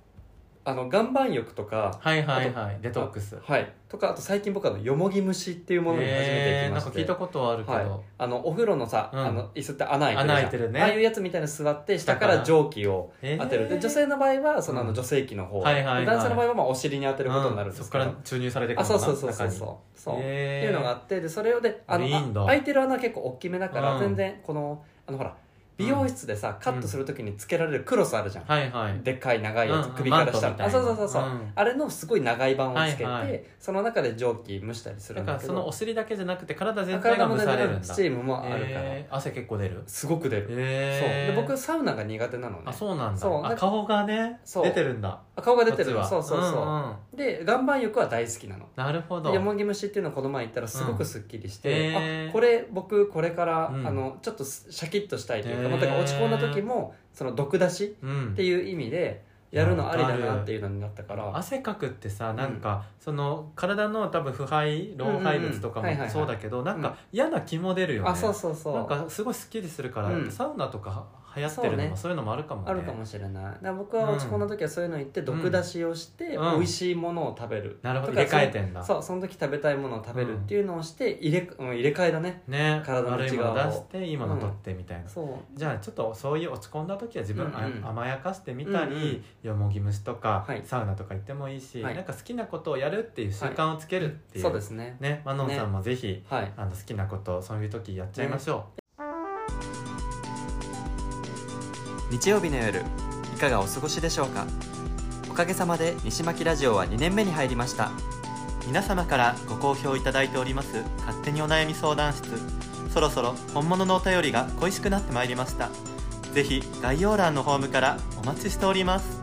Speaker 1: あの岩盤浴とか
Speaker 2: はいはいはいデトックス
Speaker 1: はいとかあと最近僕あのよもぎ虫っていうものに始めてい
Speaker 2: え
Speaker 1: き
Speaker 2: ー
Speaker 1: ま
Speaker 2: なん
Speaker 1: し
Speaker 2: か
Speaker 1: て、
Speaker 2: 聞いたことはあるけど、
Speaker 1: はい、あのお風呂のさ、
Speaker 2: うん
Speaker 1: あの椅子って穴開いてるじゃん
Speaker 2: 穴開いてるね
Speaker 1: ああいうやつみたいに座って下から蒸気を
Speaker 2: えー
Speaker 1: 当てる、で女性の場合はそのあの
Speaker 2: うん
Speaker 1: 女性器の方、
Speaker 2: はいはいはい
Speaker 1: 男性の場合はまあお尻に当てることになるん
Speaker 2: うん
Speaker 1: で
Speaker 2: そこ
Speaker 1: すけ
Speaker 2: か
Speaker 1: ど、
Speaker 2: ら注入されてく
Speaker 1: あ
Speaker 2: る
Speaker 1: そ
Speaker 2: の
Speaker 1: う
Speaker 2: か
Speaker 1: そ
Speaker 2: な
Speaker 1: うそうそうそうそう、っていうのがあ
Speaker 2: あ
Speaker 1: ってでそれをであの
Speaker 2: いいんだ
Speaker 1: あ開いてる穴結構大きめだから、
Speaker 2: うん
Speaker 1: 全然このあのほら美容室でさ、カットするときにつけられるクロスあるじゃん、
Speaker 2: はいはい
Speaker 1: でっかい長いやつ、
Speaker 2: うん
Speaker 1: 首から下
Speaker 2: マントみたいな
Speaker 1: あそうそうそうそう、
Speaker 2: うん
Speaker 1: あれのすごい長い版をつけて、
Speaker 2: はいはい
Speaker 1: その中で蒸気蒸したりする
Speaker 2: だ
Speaker 1: ん
Speaker 2: か
Speaker 1: だ
Speaker 2: ら
Speaker 1: け
Speaker 2: そ
Speaker 1: ど
Speaker 2: のお尻だけじゃなくて体全体
Speaker 1: 体
Speaker 2: が
Speaker 1: も
Speaker 2: 蒸
Speaker 1: 出
Speaker 2: され
Speaker 1: て
Speaker 2: る
Speaker 1: る
Speaker 2: んだ
Speaker 1: スチームもあるから、
Speaker 2: えー汗結構出る
Speaker 1: すごく出る、
Speaker 2: えー、
Speaker 1: そうで僕サウナが苦手なのね
Speaker 2: あそうなんだ
Speaker 1: そう
Speaker 2: あ顔がね
Speaker 1: そう
Speaker 2: 出てるんだ
Speaker 1: あ顔が出てる
Speaker 2: こっちは
Speaker 1: そうそうそう、
Speaker 2: んん
Speaker 1: で岩盤浴は大好きなの
Speaker 2: なるほど
Speaker 1: でよもぎ虫っていうのをこの前行ったらすごくすっきりして、
Speaker 2: うんへー
Speaker 1: あこれ僕これから、
Speaker 2: うん
Speaker 1: あのちょっとすシャキッとしたいというか、
Speaker 2: へー
Speaker 1: まあだから落ち込んだ時もその毒出し
Speaker 2: うん
Speaker 1: っていう意味でやるのありだなっていうのになったから
Speaker 2: 汗かくってさなんか、その体の多分腐敗老廃物とか
Speaker 1: うんうんうんはいはいは
Speaker 2: も
Speaker 1: い
Speaker 2: そうだけど、なん
Speaker 1: うん
Speaker 2: か嫌な気も出るよね、
Speaker 1: あそうそうそう
Speaker 2: なんかすごいすっきりするから、
Speaker 1: うん
Speaker 2: サウナとか流行ってるのもそういうのもあるかもね
Speaker 1: あるかもしれないだから僕は落ち込んだ時はそういうの行って
Speaker 2: ん
Speaker 1: 毒出しをして、
Speaker 2: うん
Speaker 1: 美味しいものを食べる、
Speaker 2: なるほど
Speaker 1: と
Speaker 2: 入
Speaker 1: か
Speaker 2: れ替えてんだ
Speaker 1: そうその時食べたいものを食べるっていうのをして入れ,、うん、入れ替えだね
Speaker 2: ね
Speaker 1: 体の
Speaker 2: 悪い
Speaker 1: 内
Speaker 2: も
Speaker 1: 側を
Speaker 2: の出していいもの取ってみたいな、
Speaker 1: そう
Speaker 2: じゃあちょっとそういう落ち込んだ時は自分をあ
Speaker 1: うんうん
Speaker 2: 甘やかしてみたり、
Speaker 1: うんうん
Speaker 2: よもぎ虫とか、
Speaker 1: はい
Speaker 2: サウナとか行ってもいいし、
Speaker 1: はい
Speaker 2: なんか好きなことをやるっていう習慣をつけるっていう、
Speaker 1: そうですね
Speaker 2: ねマノンさんもぜひ、
Speaker 1: はい
Speaker 2: あの好きなことそういう時やっちゃいましょう、
Speaker 1: 日曜日の夜いかがお過ごしでしょうかおかげさまで西巻ラジオは2年目に入りました
Speaker 4: 皆様からご好評いただいております勝手にお悩み相談室そろそろ本物のお便りが恋しくなってまいりましたぜひ概要欄のフォームからお待ちしております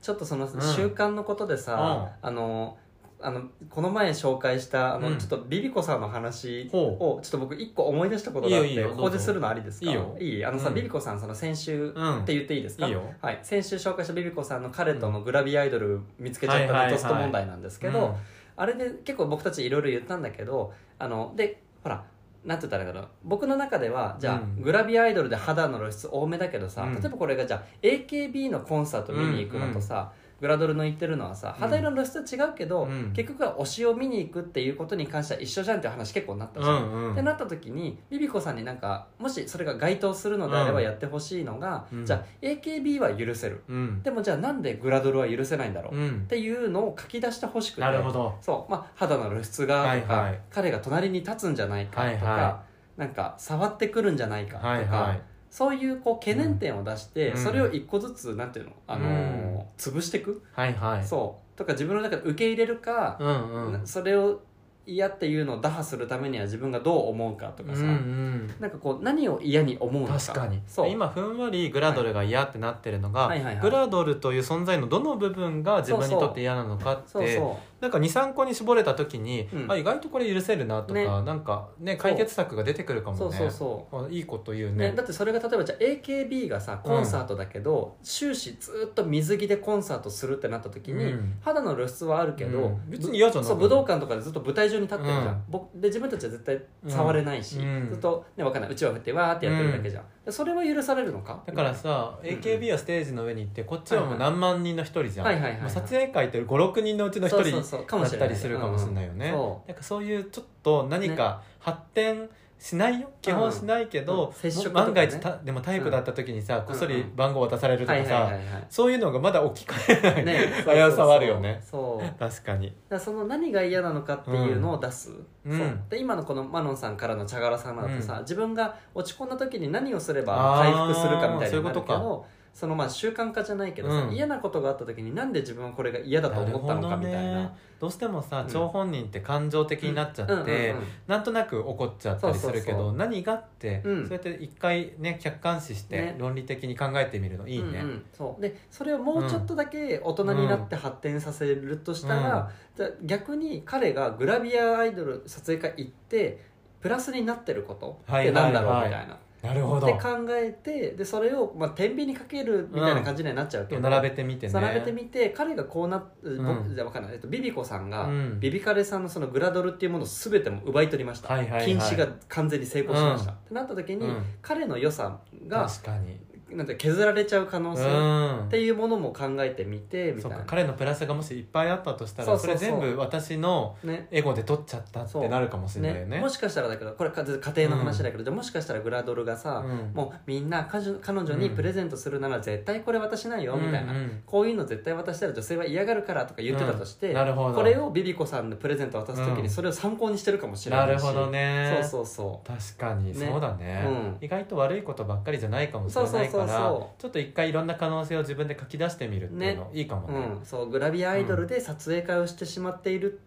Speaker 1: ちょっとその
Speaker 2: うん
Speaker 1: 習慣のことでさ、あのあのこの前紹介したあの、
Speaker 2: うん
Speaker 1: ちょっとビビコさんの話
Speaker 2: ほ
Speaker 1: をちょっと僕一個思い出したことがあって
Speaker 2: いいよいいよ
Speaker 1: ここでするのありですか
Speaker 2: どうぞ
Speaker 1: いいあのさ、
Speaker 2: うん
Speaker 1: ビビコさんその先週
Speaker 2: う、うん
Speaker 1: って言っていいですか
Speaker 2: いいよ
Speaker 1: はい、先週紹介したビビコさんの彼とのグラビアアイドル見つけちゃった
Speaker 2: はいはい
Speaker 1: の
Speaker 2: はい
Speaker 1: ドスト問題なんですけど、あれで結構僕たちいろいろ言ったんだけどあのでほらなんて言ったらいいかな僕の中ではじゃあ、
Speaker 2: うん
Speaker 1: グラビアアイドルで肌の露出多めだけどさ、
Speaker 2: うん
Speaker 1: 例えばこれがじゃあ AKB のコンサート見に行くのとさ、グラドルの行ってるのはさ肌色の露出は違うけど、
Speaker 2: うん
Speaker 1: 結局は推しを見に行くっていうことに関しては一緒じゃんっていう話結構なった
Speaker 2: うん
Speaker 1: じゃん。
Speaker 2: うん
Speaker 1: ってなった時にビビコさんになんかもしそれが該当するのであれば
Speaker 2: うん
Speaker 1: やってほしいのが、
Speaker 2: うん
Speaker 1: じゃあ AKB は許せる
Speaker 2: うん
Speaker 1: でもじゃあなんでグラドルは許せないんだろう、
Speaker 2: う
Speaker 1: っ
Speaker 2: ん
Speaker 1: ていうのを書き出してほしくて
Speaker 2: なるほど
Speaker 1: そうまあ、肌の露出がとか、
Speaker 2: はいはい
Speaker 1: 彼が隣に立つんじゃないかとか、
Speaker 2: はいは
Speaker 1: なんか触ってくるんじゃないかとか、
Speaker 2: はいはい
Speaker 1: そういうこう懸念点を出して、
Speaker 2: うん
Speaker 1: それを一個ずつなんていうの、あのー
Speaker 2: うん
Speaker 1: 潰していく、
Speaker 2: はいはい
Speaker 1: そうとか自分の中で受け入れるか、
Speaker 2: うんうん
Speaker 1: なそれを嫌っていうのを打破するためには自分がどう思うかとかさ、
Speaker 2: うんうん
Speaker 1: なんかこう何を嫌に思うのか
Speaker 2: 確かに
Speaker 1: そう
Speaker 2: 今ふんわりグラドルが嫌ってなってるのが、
Speaker 1: はいはいはい
Speaker 2: グラドルという存在のどの部分が自分にとって嫌なのかって
Speaker 1: そうそ
Speaker 2: なんか23個に絞れた時に、
Speaker 1: うん
Speaker 2: あ意外とこれ許せるなとか、
Speaker 1: ね
Speaker 2: なんかね
Speaker 1: う
Speaker 2: 解決策が出てくるか
Speaker 1: う
Speaker 2: もね
Speaker 1: そうそうそう
Speaker 2: あいいこと言う
Speaker 1: ね
Speaker 2: ね
Speaker 1: だってそれが例えばじゃあ AKB がさコンサートだけど、終始ずっと水着でコンサートするってなった時に、
Speaker 2: うん
Speaker 1: 肌の露出はあるけど、
Speaker 2: うん別に嫌じゃない
Speaker 1: そう武道館とかでずっと舞台上に立ってるじゃん、
Speaker 2: うん
Speaker 1: 僕で自分たちは絶対触れないし、
Speaker 2: うん
Speaker 1: ずっと、ね、わかんないうちわ振ってわーってやってるだけじゃん、でそれは許されるのか
Speaker 2: だからさ、AKB はステージの上に行ってこっちはもう何万人の一人じゃん、
Speaker 1: はいはいはいはい
Speaker 2: もう撮影会って56人のうちの一
Speaker 1: そう
Speaker 2: 人
Speaker 1: そう
Speaker 2: だ
Speaker 1: そうかもし
Speaker 2: っ
Speaker 1: れな
Speaker 2: た
Speaker 1: い
Speaker 2: りするかもしれないよね、
Speaker 1: うんそ
Speaker 2: なんかそういうちょっと何か発展しないよ基本しないけ
Speaker 1: う
Speaker 2: ど
Speaker 1: ん、接触とかね
Speaker 2: 万が一たでもタイプだった時にさ、こっそり番号渡される
Speaker 1: う
Speaker 2: と
Speaker 1: はい
Speaker 2: か
Speaker 1: はい
Speaker 2: さ、
Speaker 1: はいはい
Speaker 2: そういうのがまだ置き換えない、 <laughs>
Speaker 1: ね
Speaker 2: 危うさはあるよね
Speaker 1: そうそうそう
Speaker 2: 確かに
Speaker 1: だからその何が嫌なのかっていうのを出す、
Speaker 2: うん
Speaker 1: そうで今のこのマノンさんからの茶柄さんなんてさ、
Speaker 2: うん
Speaker 1: 自分が落ち込んだ時に何をすれば回復するかみたいになるけど
Speaker 2: あーそういうことか
Speaker 1: そのまあ習慣化じゃないけどさ、
Speaker 2: うん
Speaker 1: 嫌なことがあった時になんで自分はこれが嫌だと思ったのかみたいな
Speaker 2: るほどねどうしてもさ
Speaker 1: うん
Speaker 2: 張本人って感情的になっちゃって、
Speaker 1: うんうんうん
Speaker 2: なんとなく怒っちゃったりするけ
Speaker 1: そうそう
Speaker 2: ど
Speaker 1: そう
Speaker 2: 何がって、
Speaker 1: うん
Speaker 2: そうやって一回ね客観視して
Speaker 1: ね
Speaker 2: 論理的に考えてみるのいいね、
Speaker 1: うんうんそうでそれをもうちょっとだけ大人になって発展させるとしたら、じゃあ逆に彼がグラビアアイドル撮影会行ってプラスになってることってなんだろうみたいな、
Speaker 2: はいはいはいなるほ
Speaker 1: で
Speaker 2: ど
Speaker 1: 考えてでそれを、まあ、天秤にかけるみたいな感じにはなっちゃうけど、
Speaker 2: 並べてみてね
Speaker 1: 並べてみて彼がこうなっ、
Speaker 2: ん
Speaker 1: 僕じゃ分かんない、えっと、ビビコさんが、
Speaker 2: うん
Speaker 1: ビビカレさんのそのグラドルっていうものを全ても奪い取りました、
Speaker 2: はいはいはい
Speaker 1: 禁止が完全に成功しました、
Speaker 2: う
Speaker 1: ってなった時に、
Speaker 2: うん
Speaker 1: 彼の良さが
Speaker 2: 確かに
Speaker 1: なんて削られちゃう可能
Speaker 2: う
Speaker 1: 性
Speaker 2: ん
Speaker 1: っていうものも考えてみてみた
Speaker 2: そ
Speaker 1: い
Speaker 2: っか
Speaker 1: な、
Speaker 2: 彼のプラスがもしいっぱいあったとしたら
Speaker 1: そ
Speaker 2: そう
Speaker 1: そうそう
Speaker 2: れ全部私の
Speaker 1: ね
Speaker 2: エゴで取っちゃったってなるかもしれないよね
Speaker 1: もしかしたらだけどこれか家庭の話だけど、でもしかしたらグラドルがさ、
Speaker 2: うん
Speaker 1: もうみんな彼女彼女にプレゼントするなら絶対これ渡しないよ、みたいな、
Speaker 2: うんうん
Speaker 1: こういうの絶対渡したら女性は嫌がるからとか言ってたとして、
Speaker 2: うんなるほど
Speaker 1: これをビビコさんのプレゼント渡す時
Speaker 2: う
Speaker 1: に
Speaker 2: ん
Speaker 1: それを参考にしてるかもしれ
Speaker 2: な
Speaker 1: ない
Speaker 2: る
Speaker 1: し、
Speaker 2: ほどね
Speaker 1: そうそうそ
Speaker 2: 確かに
Speaker 1: ね
Speaker 2: そうだね
Speaker 1: うん
Speaker 2: 意外と悪いことばっかりじゃないかもしれない
Speaker 1: そうそうそ
Speaker 2: か
Speaker 1: う
Speaker 2: ら
Speaker 1: そ
Speaker 2: ちょっと一回いろんな可能性を自分で書き出してみるっていうのいいかも
Speaker 1: う、う
Speaker 2: ね
Speaker 1: ん、そうグラビアアイドルで撮影会をしてしまっている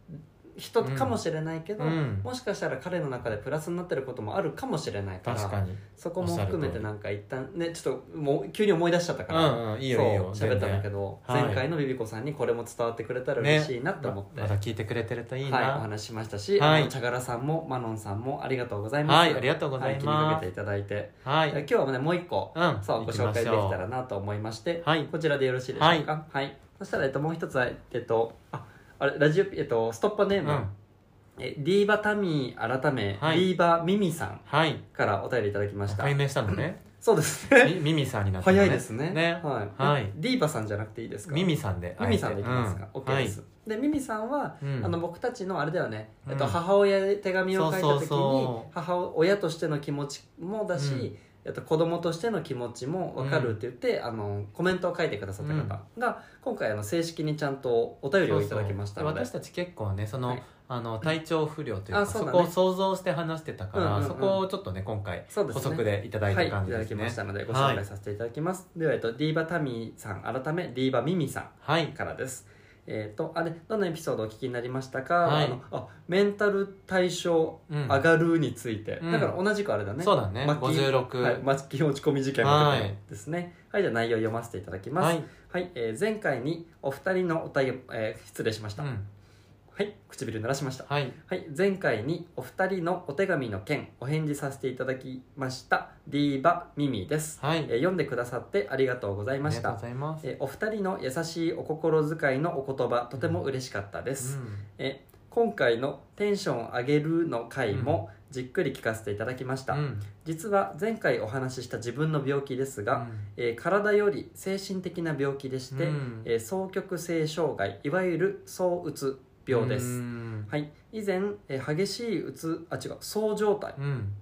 Speaker 1: 人かもしれないけど、
Speaker 2: うん
Speaker 1: もしかしたら彼の中でプラスになってることもあるかもしれないから
Speaker 2: 確かに
Speaker 1: そこも含めてなんか一旦ねちょっともう急に思い出しちゃったから、
Speaker 2: うんうんいいよいいよ
Speaker 1: そう喋ったんだ
Speaker 2: 全
Speaker 1: け
Speaker 2: 然
Speaker 1: ど、
Speaker 2: はい
Speaker 1: 前回のビビコさんにこれも伝わってくれたら嬉しいなって思って、
Speaker 2: まだ聞いてくれてるといいな、
Speaker 1: はい、お話ししましたし、
Speaker 2: はい
Speaker 1: あの茶柄さんもマノンさんもありがとうございます。
Speaker 2: はいありがとうございます
Speaker 1: はい気にかけていただいて、
Speaker 2: は
Speaker 1: え
Speaker 2: い。
Speaker 1: 今日はねもう一個、
Speaker 2: うん
Speaker 1: そうご
Speaker 2: 行き
Speaker 1: 紹
Speaker 2: ま
Speaker 1: 介で
Speaker 2: し
Speaker 1: き
Speaker 2: ょう
Speaker 1: たらなと思いまして、
Speaker 2: はい
Speaker 1: こちらでよろしいでしょうか。はい。そしたらえっともう一つはえっとああれラジオえっとストッパーネー
Speaker 2: う
Speaker 1: ム、
Speaker 2: ん。
Speaker 1: えディーバタミー改め、
Speaker 2: はい
Speaker 1: ディーバミミさん
Speaker 2: はい。
Speaker 1: からお便りいただきました。
Speaker 2: 解明したのね。
Speaker 1: そうですね。
Speaker 2: みミミさんになったの
Speaker 1: 早いですね。
Speaker 2: ね。
Speaker 1: はい。
Speaker 2: はい。
Speaker 1: ディーバさんじゃなくていいですか。
Speaker 2: ミミさんで。
Speaker 1: ミミさんでいきますか、
Speaker 2: うん
Speaker 1: OK です、でミミさんは、
Speaker 2: うん
Speaker 1: あの僕たちのあれだよね、えっと、
Speaker 2: うん
Speaker 1: 母親で手紙を書いた時に
Speaker 2: そうそうそう
Speaker 1: 母親としての気持ちもだし、
Speaker 2: うん
Speaker 1: えっと、子供としての気持ちも分かるって言って、あのコメントを書いてくださった方が、今回あの正式にちゃんとお便りをいただきました
Speaker 2: そ
Speaker 1: の
Speaker 2: うそう
Speaker 1: で
Speaker 2: 私たち結構ねその,、
Speaker 1: はい
Speaker 2: あの体調不良という
Speaker 1: あ
Speaker 2: か
Speaker 1: そう
Speaker 2: そ
Speaker 1: だね
Speaker 2: こを想像して話してたから、
Speaker 1: うんうんうん
Speaker 2: そこをちょっとね今回
Speaker 1: そうで
Speaker 2: 補
Speaker 1: すね
Speaker 2: 足でいただい
Speaker 1: は
Speaker 2: た
Speaker 1: い、いた
Speaker 2: 感じ
Speaker 1: だ
Speaker 2: です
Speaker 1: き
Speaker 2: ね
Speaker 1: ましたのでご紹介させていただきます、では、えっと、ディーバタミーさん改めディーバミミさん
Speaker 2: はい、
Speaker 1: からです。えー、とあれどんなエピソードをお聞きになりましたか、
Speaker 2: はい
Speaker 1: あのあメンタル対象
Speaker 2: うん
Speaker 1: 上がるについて、
Speaker 2: うん
Speaker 1: だから同じくあれだね
Speaker 2: そうだね
Speaker 1: 末期
Speaker 2: 56
Speaker 1: はい、末期落ち込み事件の時のですねはい、じゃあ内容読ませていただきます
Speaker 2: は
Speaker 1: はいい、えー前回にお二人のお便り、えー失礼しました、
Speaker 2: うん
Speaker 1: はい唇濡らしました
Speaker 2: はい
Speaker 1: はい、前回にお二人のお手紙の件お返事させていただきましたディーバミミです、
Speaker 2: はい
Speaker 1: えー読んでくださってありがとうございま
Speaker 2: あり
Speaker 1: し
Speaker 2: がとう
Speaker 1: た
Speaker 2: ございます、
Speaker 1: えーお二人の優しいお心遣いのお言葉とても嬉しかったです、えー今回の「テンション上げる」の回もじっくり聞かせていただきました、
Speaker 2: うんうん
Speaker 1: 実は前回お話しした自分の病気ですが、
Speaker 2: うん
Speaker 1: えー体より精神的な病気でして、
Speaker 2: うん
Speaker 1: えー双極性障害いわゆる躁うつ病です、
Speaker 2: うん
Speaker 1: はい、以前、えー激しいうつあ違う躁状態
Speaker 2: うん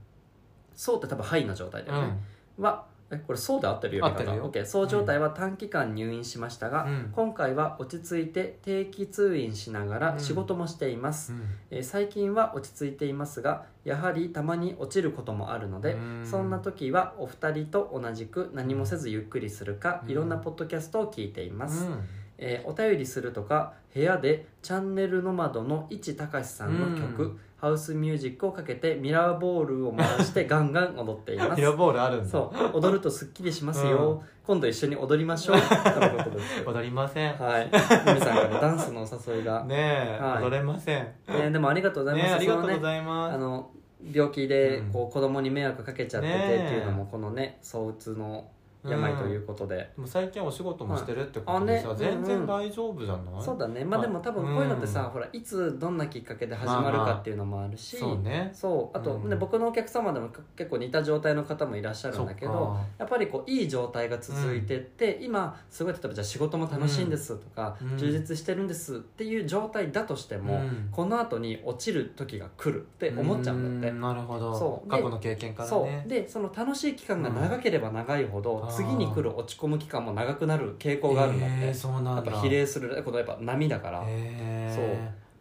Speaker 1: 躁って多分肺の状態だ
Speaker 2: う
Speaker 1: よね、
Speaker 2: ん
Speaker 1: はえこれそうで合ってるよ
Speaker 2: 合ってるよ
Speaker 1: オッケーそう状態は短期間入院しましたが、
Speaker 2: うん
Speaker 1: 今回は落ち着いて定期通院しなが
Speaker 2: う
Speaker 1: ら
Speaker 2: ん
Speaker 1: 仕事もしています、えー最近は落ち着いていますがやはりたまに落ちることもあるので、
Speaker 2: うん
Speaker 1: そんな時はお二人と同じく何もせずゆっくりするか、
Speaker 2: うん
Speaker 1: いろんなポッドキャストを聞いています、
Speaker 2: うん
Speaker 1: えーお便りするとか部屋でチャンネルの窓の市隆さんの曲、
Speaker 2: うん
Speaker 1: ハウスミュージックをかけてミラーボールを回してガンガン踊っています
Speaker 2: <laughs> ミラーボールあるんだ
Speaker 1: そう踊るとすっきりしますよ、今度一緒に踊りま
Speaker 2: <laughs>
Speaker 1: しょうとのことです
Speaker 2: 踊りません
Speaker 1: はい皆さんからのダンスのお誘いが、ね
Speaker 2: <laughs> ねえ、
Speaker 1: はい
Speaker 2: 踊れませんね
Speaker 1: えでもありがとうございます、
Speaker 2: えありがとう
Speaker 1: そ
Speaker 2: ご
Speaker 1: のね
Speaker 2: ざいます
Speaker 1: あの病気で
Speaker 2: うん
Speaker 1: こう子供に迷惑かけちゃっててっ
Speaker 2: ねえ
Speaker 1: ていうのもこのね躁うつの病ということで、
Speaker 2: でも最近お仕事もしてるってことでさ、
Speaker 1: はいあね
Speaker 2: 全然大丈夫じゃない、
Speaker 1: そうだねまあでも多分こういうのってさ、
Speaker 2: うん
Speaker 1: ほらいつどんなきっかけで始まるかっていうのもあるし、
Speaker 2: そうね
Speaker 1: そうあと、
Speaker 2: うん
Speaker 1: ね僕のお客様でも結構似た状態の方もいらっしゃるんだけ
Speaker 2: そっ
Speaker 1: ど
Speaker 2: か
Speaker 1: やっぱりこういい状態が続いてって、今すごい例えばじゃあ仕事も楽しいんですとか、
Speaker 2: うん
Speaker 1: 充実してるんですっていう状態だとしても、
Speaker 2: うん
Speaker 1: この後に落ちる時が来るって思っちゃうんだって。
Speaker 2: んなるほど
Speaker 1: そうで
Speaker 2: 過去の経験から
Speaker 1: そ
Speaker 2: ね
Speaker 1: うでその楽しい期間が長ければ長いほど、
Speaker 2: うん
Speaker 1: 次に来る落ち込む期間も長くなる傾向があるんだって、
Speaker 2: えーそう
Speaker 1: や
Speaker 2: な
Speaker 1: っ
Speaker 2: ん
Speaker 1: ぱ
Speaker 2: だ
Speaker 1: 比例することはやっぱ波だから、
Speaker 2: えー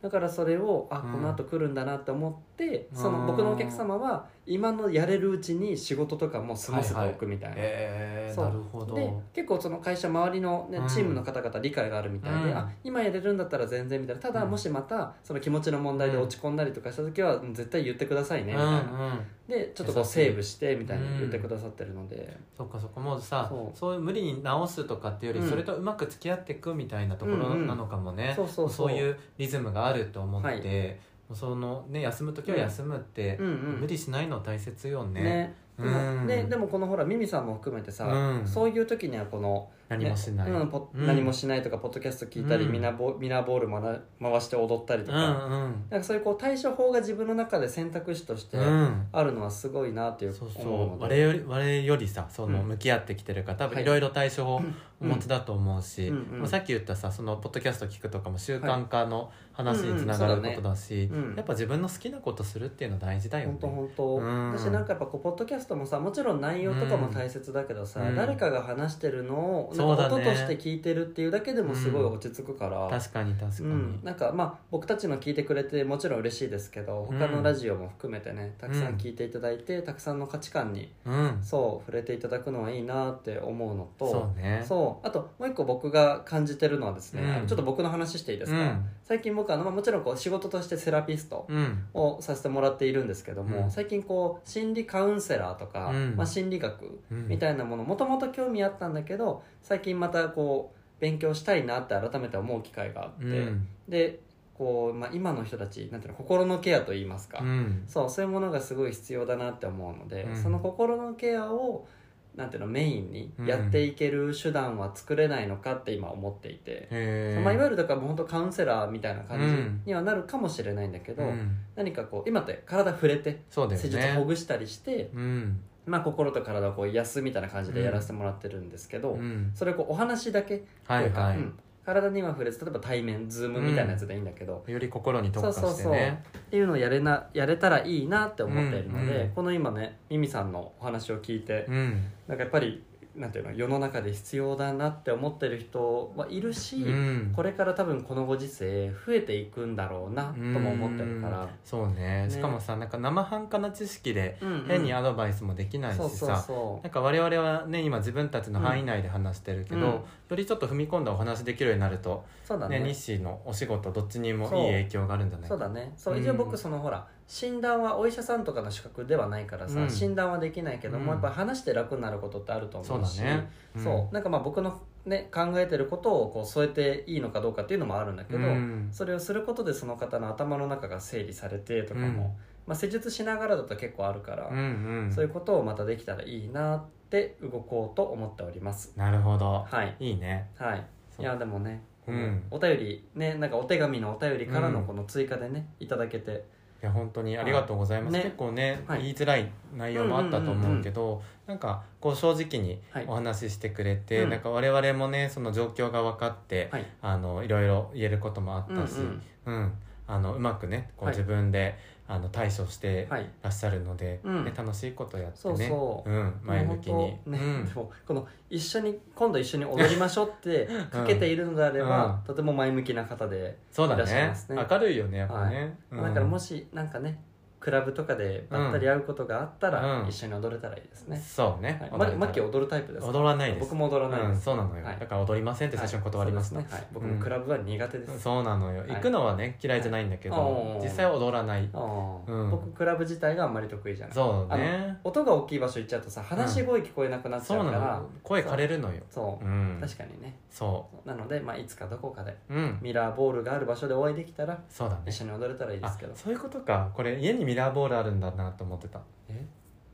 Speaker 1: だからそれをあ
Speaker 2: うん
Speaker 1: このあと来るんだなって思って、その
Speaker 2: あー
Speaker 1: 僕のお客様は今のやれるうちに仕事とかも済ませておくみたいな。
Speaker 2: えー
Speaker 1: そう
Speaker 2: なるほど
Speaker 1: で結構その会社周りの、ね
Speaker 2: うん
Speaker 1: チームの方々理解があるみたいで、
Speaker 2: うん
Speaker 1: あ今やれるんだったら全然みたいなただ
Speaker 2: うん
Speaker 1: もしまたその気持ちの問題で落ち込んだりとかした時はうん絶対言ってくださいねみたいな、
Speaker 2: うんうん
Speaker 1: でちょっとこう
Speaker 2: 優しい
Speaker 1: セーブしてみたいな
Speaker 2: うん
Speaker 1: 言ってくださってるので、
Speaker 2: そっかそこもうさ
Speaker 1: そ
Speaker 2: そうういう無理に直すとかっていうより、
Speaker 1: うん
Speaker 2: それとうまく付き合っていくみたいなところなのかもね、
Speaker 1: そうそうそう
Speaker 2: いうリズムがあると思って、
Speaker 1: はい
Speaker 2: もうそのね休む時は休むって、
Speaker 1: うんうん
Speaker 2: 無理しないの大切よね
Speaker 1: ねでも,、
Speaker 2: うん
Speaker 1: ね、でもこのほらミミさんも含めてさ、
Speaker 2: うん
Speaker 1: そういう時にはこの、
Speaker 2: 何もしない、
Speaker 1: うんポ
Speaker 2: うん
Speaker 1: 何もしないとかポッドキャスト聞いたり、
Speaker 2: うん
Speaker 1: ミナボミナーボールまな回して踊ったりと
Speaker 2: う
Speaker 1: か,、
Speaker 2: ん
Speaker 1: なんかそういうこう対処法が自分の中で選択肢として
Speaker 2: うんうん
Speaker 1: あるのはすごいなっていう
Speaker 2: そう
Speaker 1: 思
Speaker 2: そうう
Speaker 1: の
Speaker 2: 我
Speaker 1: で。
Speaker 2: より我よりさその
Speaker 1: うん
Speaker 2: 向き合ってきてるから多
Speaker 1: は
Speaker 2: 分
Speaker 1: い
Speaker 2: いろいろ対処法をお持ちだと思うし、
Speaker 1: うんうん
Speaker 2: でもさっき言ったさそのポッドキャスト聞くとかも習慣化の話につながることだし、
Speaker 1: うんうんそうだねうん
Speaker 2: やっぱ自分の好きなことするっていうの大事だよ
Speaker 1: 本
Speaker 2: ね。
Speaker 1: 当本当
Speaker 2: うん
Speaker 1: 私なんかやっぱこうポッドキャストもさもちろん内容とかも大切だけどさ、
Speaker 2: うん
Speaker 1: 誰かが話してるのを
Speaker 2: そ
Speaker 1: なん
Speaker 2: う
Speaker 1: か
Speaker 2: だね
Speaker 1: 音として聞いてるっていうだけでもすごい落ち着くから、
Speaker 2: 確かに確か
Speaker 1: う
Speaker 2: に、
Speaker 1: ん、なんかまあ僕たちの聞いてくれてもちろん嬉しいですけど
Speaker 2: うん
Speaker 1: 他のラジオも含めてねたくさ
Speaker 2: うんん
Speaker 1: 聞いていただいて、たくさんの価値観に
Speaker 2: うん
Speaker 1: そう触れていただくのはいいなって思うのと
Speaker 2: そうね
Speaker 1: そうあともう一個僕が感じてるのはですね、
Speaker 2: うん
Speaker 1: あのちょっと僕の話していいですか、
Speaker 2: うん
Speaker 1: 最近僕あの、まあ、もちろんこう仕事としてセラピスト
Speaker 2: うん
Speaker 1: をさせてもらっているんですけども、
Speaker 2: うん
Speaker 1: 最近こう心理カウンセラーとか、
Speaker 2: うん
Speaker 1: まあ、心理学
Speaker 2: うん
Speaker 1: みたいなものもともと興味あったんだけど最近またこう勉強したいなって改めて思う機会があって、
Speaker 2: うん
Speaker 1: でこう、まあ、今の人たちなんていうの心のケアといいますか、
Speaker 2: うん
Speaker 1: そうそういうものがすごい必要だなって思うので、
Speaker 2: うん
Speaker 1: その心のケアをなんていうのメインにやっていける手段は作れないのかって今思っていて、
Speaker 2: へー
Speaker 1: まあ、いわゆるだからもう本当カウンセラーみたいな
Speaker 2: うん
Speaker 1: 感じにはなるかもしれないんだけど、
Speaker 2: うん
Speaker 1: 何かこう今って体触れて
Speaker 2: そうだよ
Speaker 1: 施術ほ
Speaker 2: ね
Speaker 1: ぐしたりして、
Speaker 2: うん
Speaker 1: まあ、心と体をこう癒すみたいな感じでやらせてもらってるんですけど、
Speaker 2: うん
Speaker 1: それをこうお話だけ
Speaker 2: はい
Speaker 1: と
Speaker 2: は
Speaker 1: うかうん体には触れず例えば対面ズームみたいなやつでいいんだけど、
Speaker 2: いより心に特化
Speaker 1: そうそ
Speaker 2: し
Speaker 1: う
Speaker 2: て
Speaker 1: そう
Speaker 2: ね
Speaker 1: っていうのをやれなやれたらいいなって思っているので、
Speaker 2: うんうん
Speaker 1: この今ねミミさんのお話を聞いて、
Speaker 2: うん
Speaker 1: なんかやっぱりなんていうの世の中で必要だなって思ってる人はいるし、
Speaker 2: うん
Speaker 1: これから多分このご時世増えていくんだろうなとも思ってるから、
Speaker 2: そう
Speaker 1: ね
Speaker 2: ねしかもさなんか生半可な知識で
Speaker 1: うんうん
Speaker 2: 変にアドバイスもできないし
Speaker 1: そうそう
Speaker 2: さ
Speaker 1: そ
Speaker 2: なんか我々はね今自分たちの範囲内で話してるけど、
Speaker 1: うん
Speaker 2: よりちょっと踏み込んだお話できるようになると、
Speaker 1: うそうだ
Speaker 2: ね
Speaker 1: ね
Speaker 2: 日誌のお仕事どっちにもい
Speaker 1: そう
Speaker 2: い影響があるんじゃない
Speaker 1: そう
Speaker 2: か
Speaker 1: だねそう
Speaker 2: うん
Speaker 1: 一応僕そのほら診断はお医者さんとかの資格ではないからさ、
Speaker 2: うん
Speaker 1: 診断はできないけども、
Speaker 2: うん
Speaker 1: やっぱ話して楽になることってあると
Speaker 2: そ
Speaker 1: 思
Speaker 2: う
Speaker 1: う
Speaker 2: だ
Speaker 1: し
Speaker 2: ね、ん
Speaker 1: そうなんかまあ僕の、ね、考えてることをこう添えていいのかどうかっていうのもあるんだけど、
Speaker 2: うん
Speaker 1: それをすることでその方の頭の中が整理されてとかも、
Speaker 2: うん
Speaker 1: まあ、施術しながらだと結構あるから、
Speaker 2: うんうん
Speaker 1: そういうことをまたできたらいいなって動こうと思っております
Speaker 2: なるほど
Speaker 1: はい
Speaker 2: いいね
Speaker 1: はいい
Speaker 2: そう
Speaker 1: やでもね、
Speaker 2: うん
Speaker 1: お便りねなんかお手紙のお便りからのこの追加でねいただけて
Speaker 2: いや本当にありがとうございます、
Speaker 1: ね
Speaker 2: 結構ね、
Speaker 1: はい
Speaker 2: 言いづらい内容もあったと思うけど、なんかこう正直に
Speaker 1: はい
Speaker 2: お話ししてくれて、
Speaker 1: うん
Speaker 2: なんか我々もねその状況が分かって、
Speaker 1: はい
Speaker 2: あのいろいろ言えることもあったし、
Speaker 1: うんうん
Speaker 2: うんあのうまくねこう
Speaker 1: はい
Speaker 2: 自分で、あの対処して
Speaker 1: はい
Speaker 2: らっしゃるので、
Speaker 1: うん
Speaker 2: ね、楽しいことやって
Speaker 1: そう
Speaker 2: ね
Speaker 1: そう
Speaker 2: うん、前向き
Speaker 1: もう
Speaker 2: に
Speaker 1: 本。当ね、
Speaker 2: うん
Speaker 1: でもこの一緒に今度一緒に踊りましょうってかけているのであれば、
Speaker 2: うん
Speaker 1: とても前向きな方で、
Speaker 2: そうだ
Speaker 1: いらっしゃい
Speaker 2: ね
Speaker 1: ますね
Speaker 2: 明るいよねやっぱね、うん
Speaker 1: だからもしなんかねクラブとかでばったり会うことがあったら、
Speaker 2: うん
Speaker 1: 一緒に踊れたらいいですね、
Speaker 2: そうね、
Speaker 1: はい、
Speaker 2: 踊
Speaker 1: ま
Speaker 2: れたら
Speaker 1: マッキー踊るタイプですか
Speaker 2: 踊らないです
Speaker 1: 僕も踊らないで
Speaker 2: うん、
Speaker 1: す、
Speaker 2: そうなのよ、
Speaker 1: はい
Speaker 2: だから踊りませんって最初に断りました、
Speaker 1: はいそうですねはい、僕もクラブは苦手です、
Speaker 2: そうなのよ
Speaker 1: はい
Speaker 2: 行くのはね嫌いじゃないんだけど、
Speaker 1: はい
Speaker 2: 実際は踊らない
Speaker 1: ああ
Speaker 2: うん
Speaker 1: 僕クラブ自体があんまり得意じゃない
Speaker 2: そうね
Speaker 1: 音が大きい場所行っちゃうとさ話し声聞こえなくなっち
Speaker 2: そう
Speaker 1: ゃう
Speaker 2: な
Speaker 1: から、
Speaker 2: の声枯れるのよ
Speaker 1: そう、
Speaker 2: うん
Speaker 1: 確かにね
Speaker 2: そ
Speaker 1: なので、まあ、いつかどこかで
Speaker 2: ううん
Speaker 1: ミラーボールがある場所でお会いできたら
Speaker 2: そうだね
Speaker 1: 一緒に踊れたらいいで
Speaker 2: あ
Speaker 1: すけど
Speaker 2: そういうことかこれ家にミラーボールあるんだなと思ってた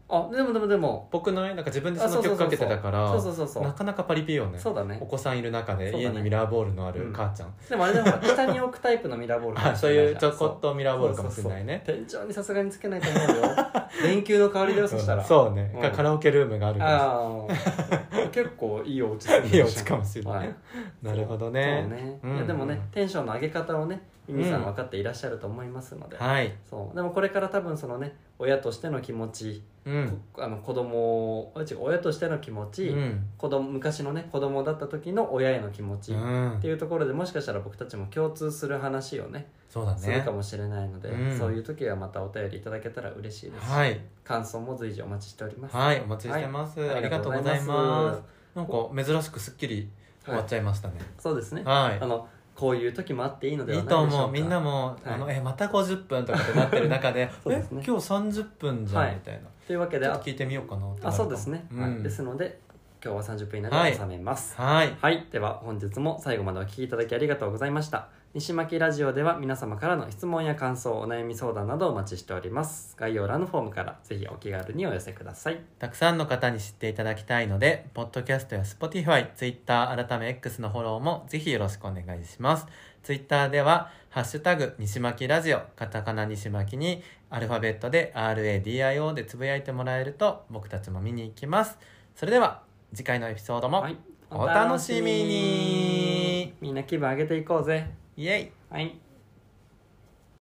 Speaker 1: あでもでもでも
Speaker 2: 僕のねなんか自分で
Speaker 1: あ
Speaker 2: その曲かけてたから
Speaker 1: そうそうそうそう
Speaker 2: なかなかパリピよね
Speaker 1: そうだね
Speaker 2: お子さんいる中で
Speaker 1: そうだ
Speaker 2: 家
Speaker 1: ね
Speaker 2: にミラーボールのあ
Speaker 1: う
Speaker 2: る
Speaker 1: ん
Speaker 2: 母ちゃん、
Speaker 1: でもあれだから下に置くタイプのミラーボールかも
Speaker 2: あ
Speaker 1: し
Speaker 2: そう
Speaker 1: れない
Speaker 2: い
Speaker 1: じ
Speaker 2: う
Speaker 1: ゃん
Speaker 2: ちょこっとミラーボールかもしれないね
Speaker 1: そう天井にさすがにつけないと思うよ電球の代わりだよそしたら
Speaker 2: うん <laughs> そうね、
Speaker 1: うん
Speaker 2: かカラオケルームがあるか
Speaker 1: あ
Speaker 2: <laughs>
Speaker 1: あ結構いいお家です
Speaker 2: ら
Speaker 1: ね
Speaker 2: いいお家かもしれない、
Speaker 1: はい
Speaker 2: なるほ
Speaker 1: そ
Speaker 2: ど
Speaker 1: う
Speaker 2: ね
Speaker 1: ね、
Speaker 2: うん
Speaker 1: いやでもねテンションの上げ方をね
Speaker 2: ん
Speaker 1: 皆さん分かっていらっしゃると思いますので、
Speaker 2: はい、
Speaker 1: そうでもこれから多分そのね親としての気持ち、
Speaker 2: うん
Speaker 1: こあの子供をあ違う親としての気持
Speaker 2: う
Speaker 1: ち、
Speaker 2: ん
Speaker 1: 子供昔のね子供だった時の親への気持ち、
Speaker 2: う
Speaker 1: っ
Speaker 2: ん
Speaker 1: ていうところでもしかしたら僕たちも共通する話をね
Speaker 2: そうだ
Speaker 1: する
Speaker 2: ね
Speaker 1: かもしれないので、
Speaker 2: うん
Speaker 1: そういう時はまたお便りいただけたら嬉しいです、
Speaker 2: はい
Speaker 1: 感想も随時お待ちしております、
Speaker 2: はいお待ちしてます、
Speaker 1: はい
Speaker 2: ありがとうございますなんか珍しくすっきり終わっちゃいましたね
Speaker 1: そうですね、
Speaker 2: はい、
Speaker 1: あのこういう時もあっていいので
Speaker 2: い、い
Speaker 1: はないでし
Speaker 2: と
Speaker 1: ょうか
Speaker 2: 思うみんなも、
Speaker 1: はい
Speaker 2: あのえまた50分とかってなってる中で
Speaker 1: <laughs> そうですね
Speaker 2: え今日30分じゃん、
Speaker 1: はい
Speaker 2: みたいな
Speaker 1: というわけで
Speaker 2: ちょ
Speaker 1: あ
Speaker 2: っと聞いてみようかな
Speaker 1: あ
Speaker 2: ってなるかも
Speaker 1: そうですね、
Speaker 2: うん
Speaker 1: はい、ですので今日は30分以内で収めます
Speaker 2: はい
Speaker 1: はい、では本日も最後までお聞きいただきありがとうございました西巻ラジオでは皆様からの質問や感想お悩み相談などをお待ちしております概要欄のフォームからぜひお気軽にお寄せください
Speaker 2: たくさんの方に知っていただきたいので、ポッドキャストや Spotify、Twitter、改め X のフォローもぜひよろしくお願いします。Twitter では、ハッシュタグ、西巻ラジオ、カタカナ西巻に、アルファベットで RADIO でつぶやいてもらえると、僕たちも見に行きます。それでは、次回のエピソードも、
Speaker 1: はい
Speaker 2: お楽しみに
Speaker 1: みんな気分上げていこうぜ
Speaker 2: イエイ
Speaker 1: はい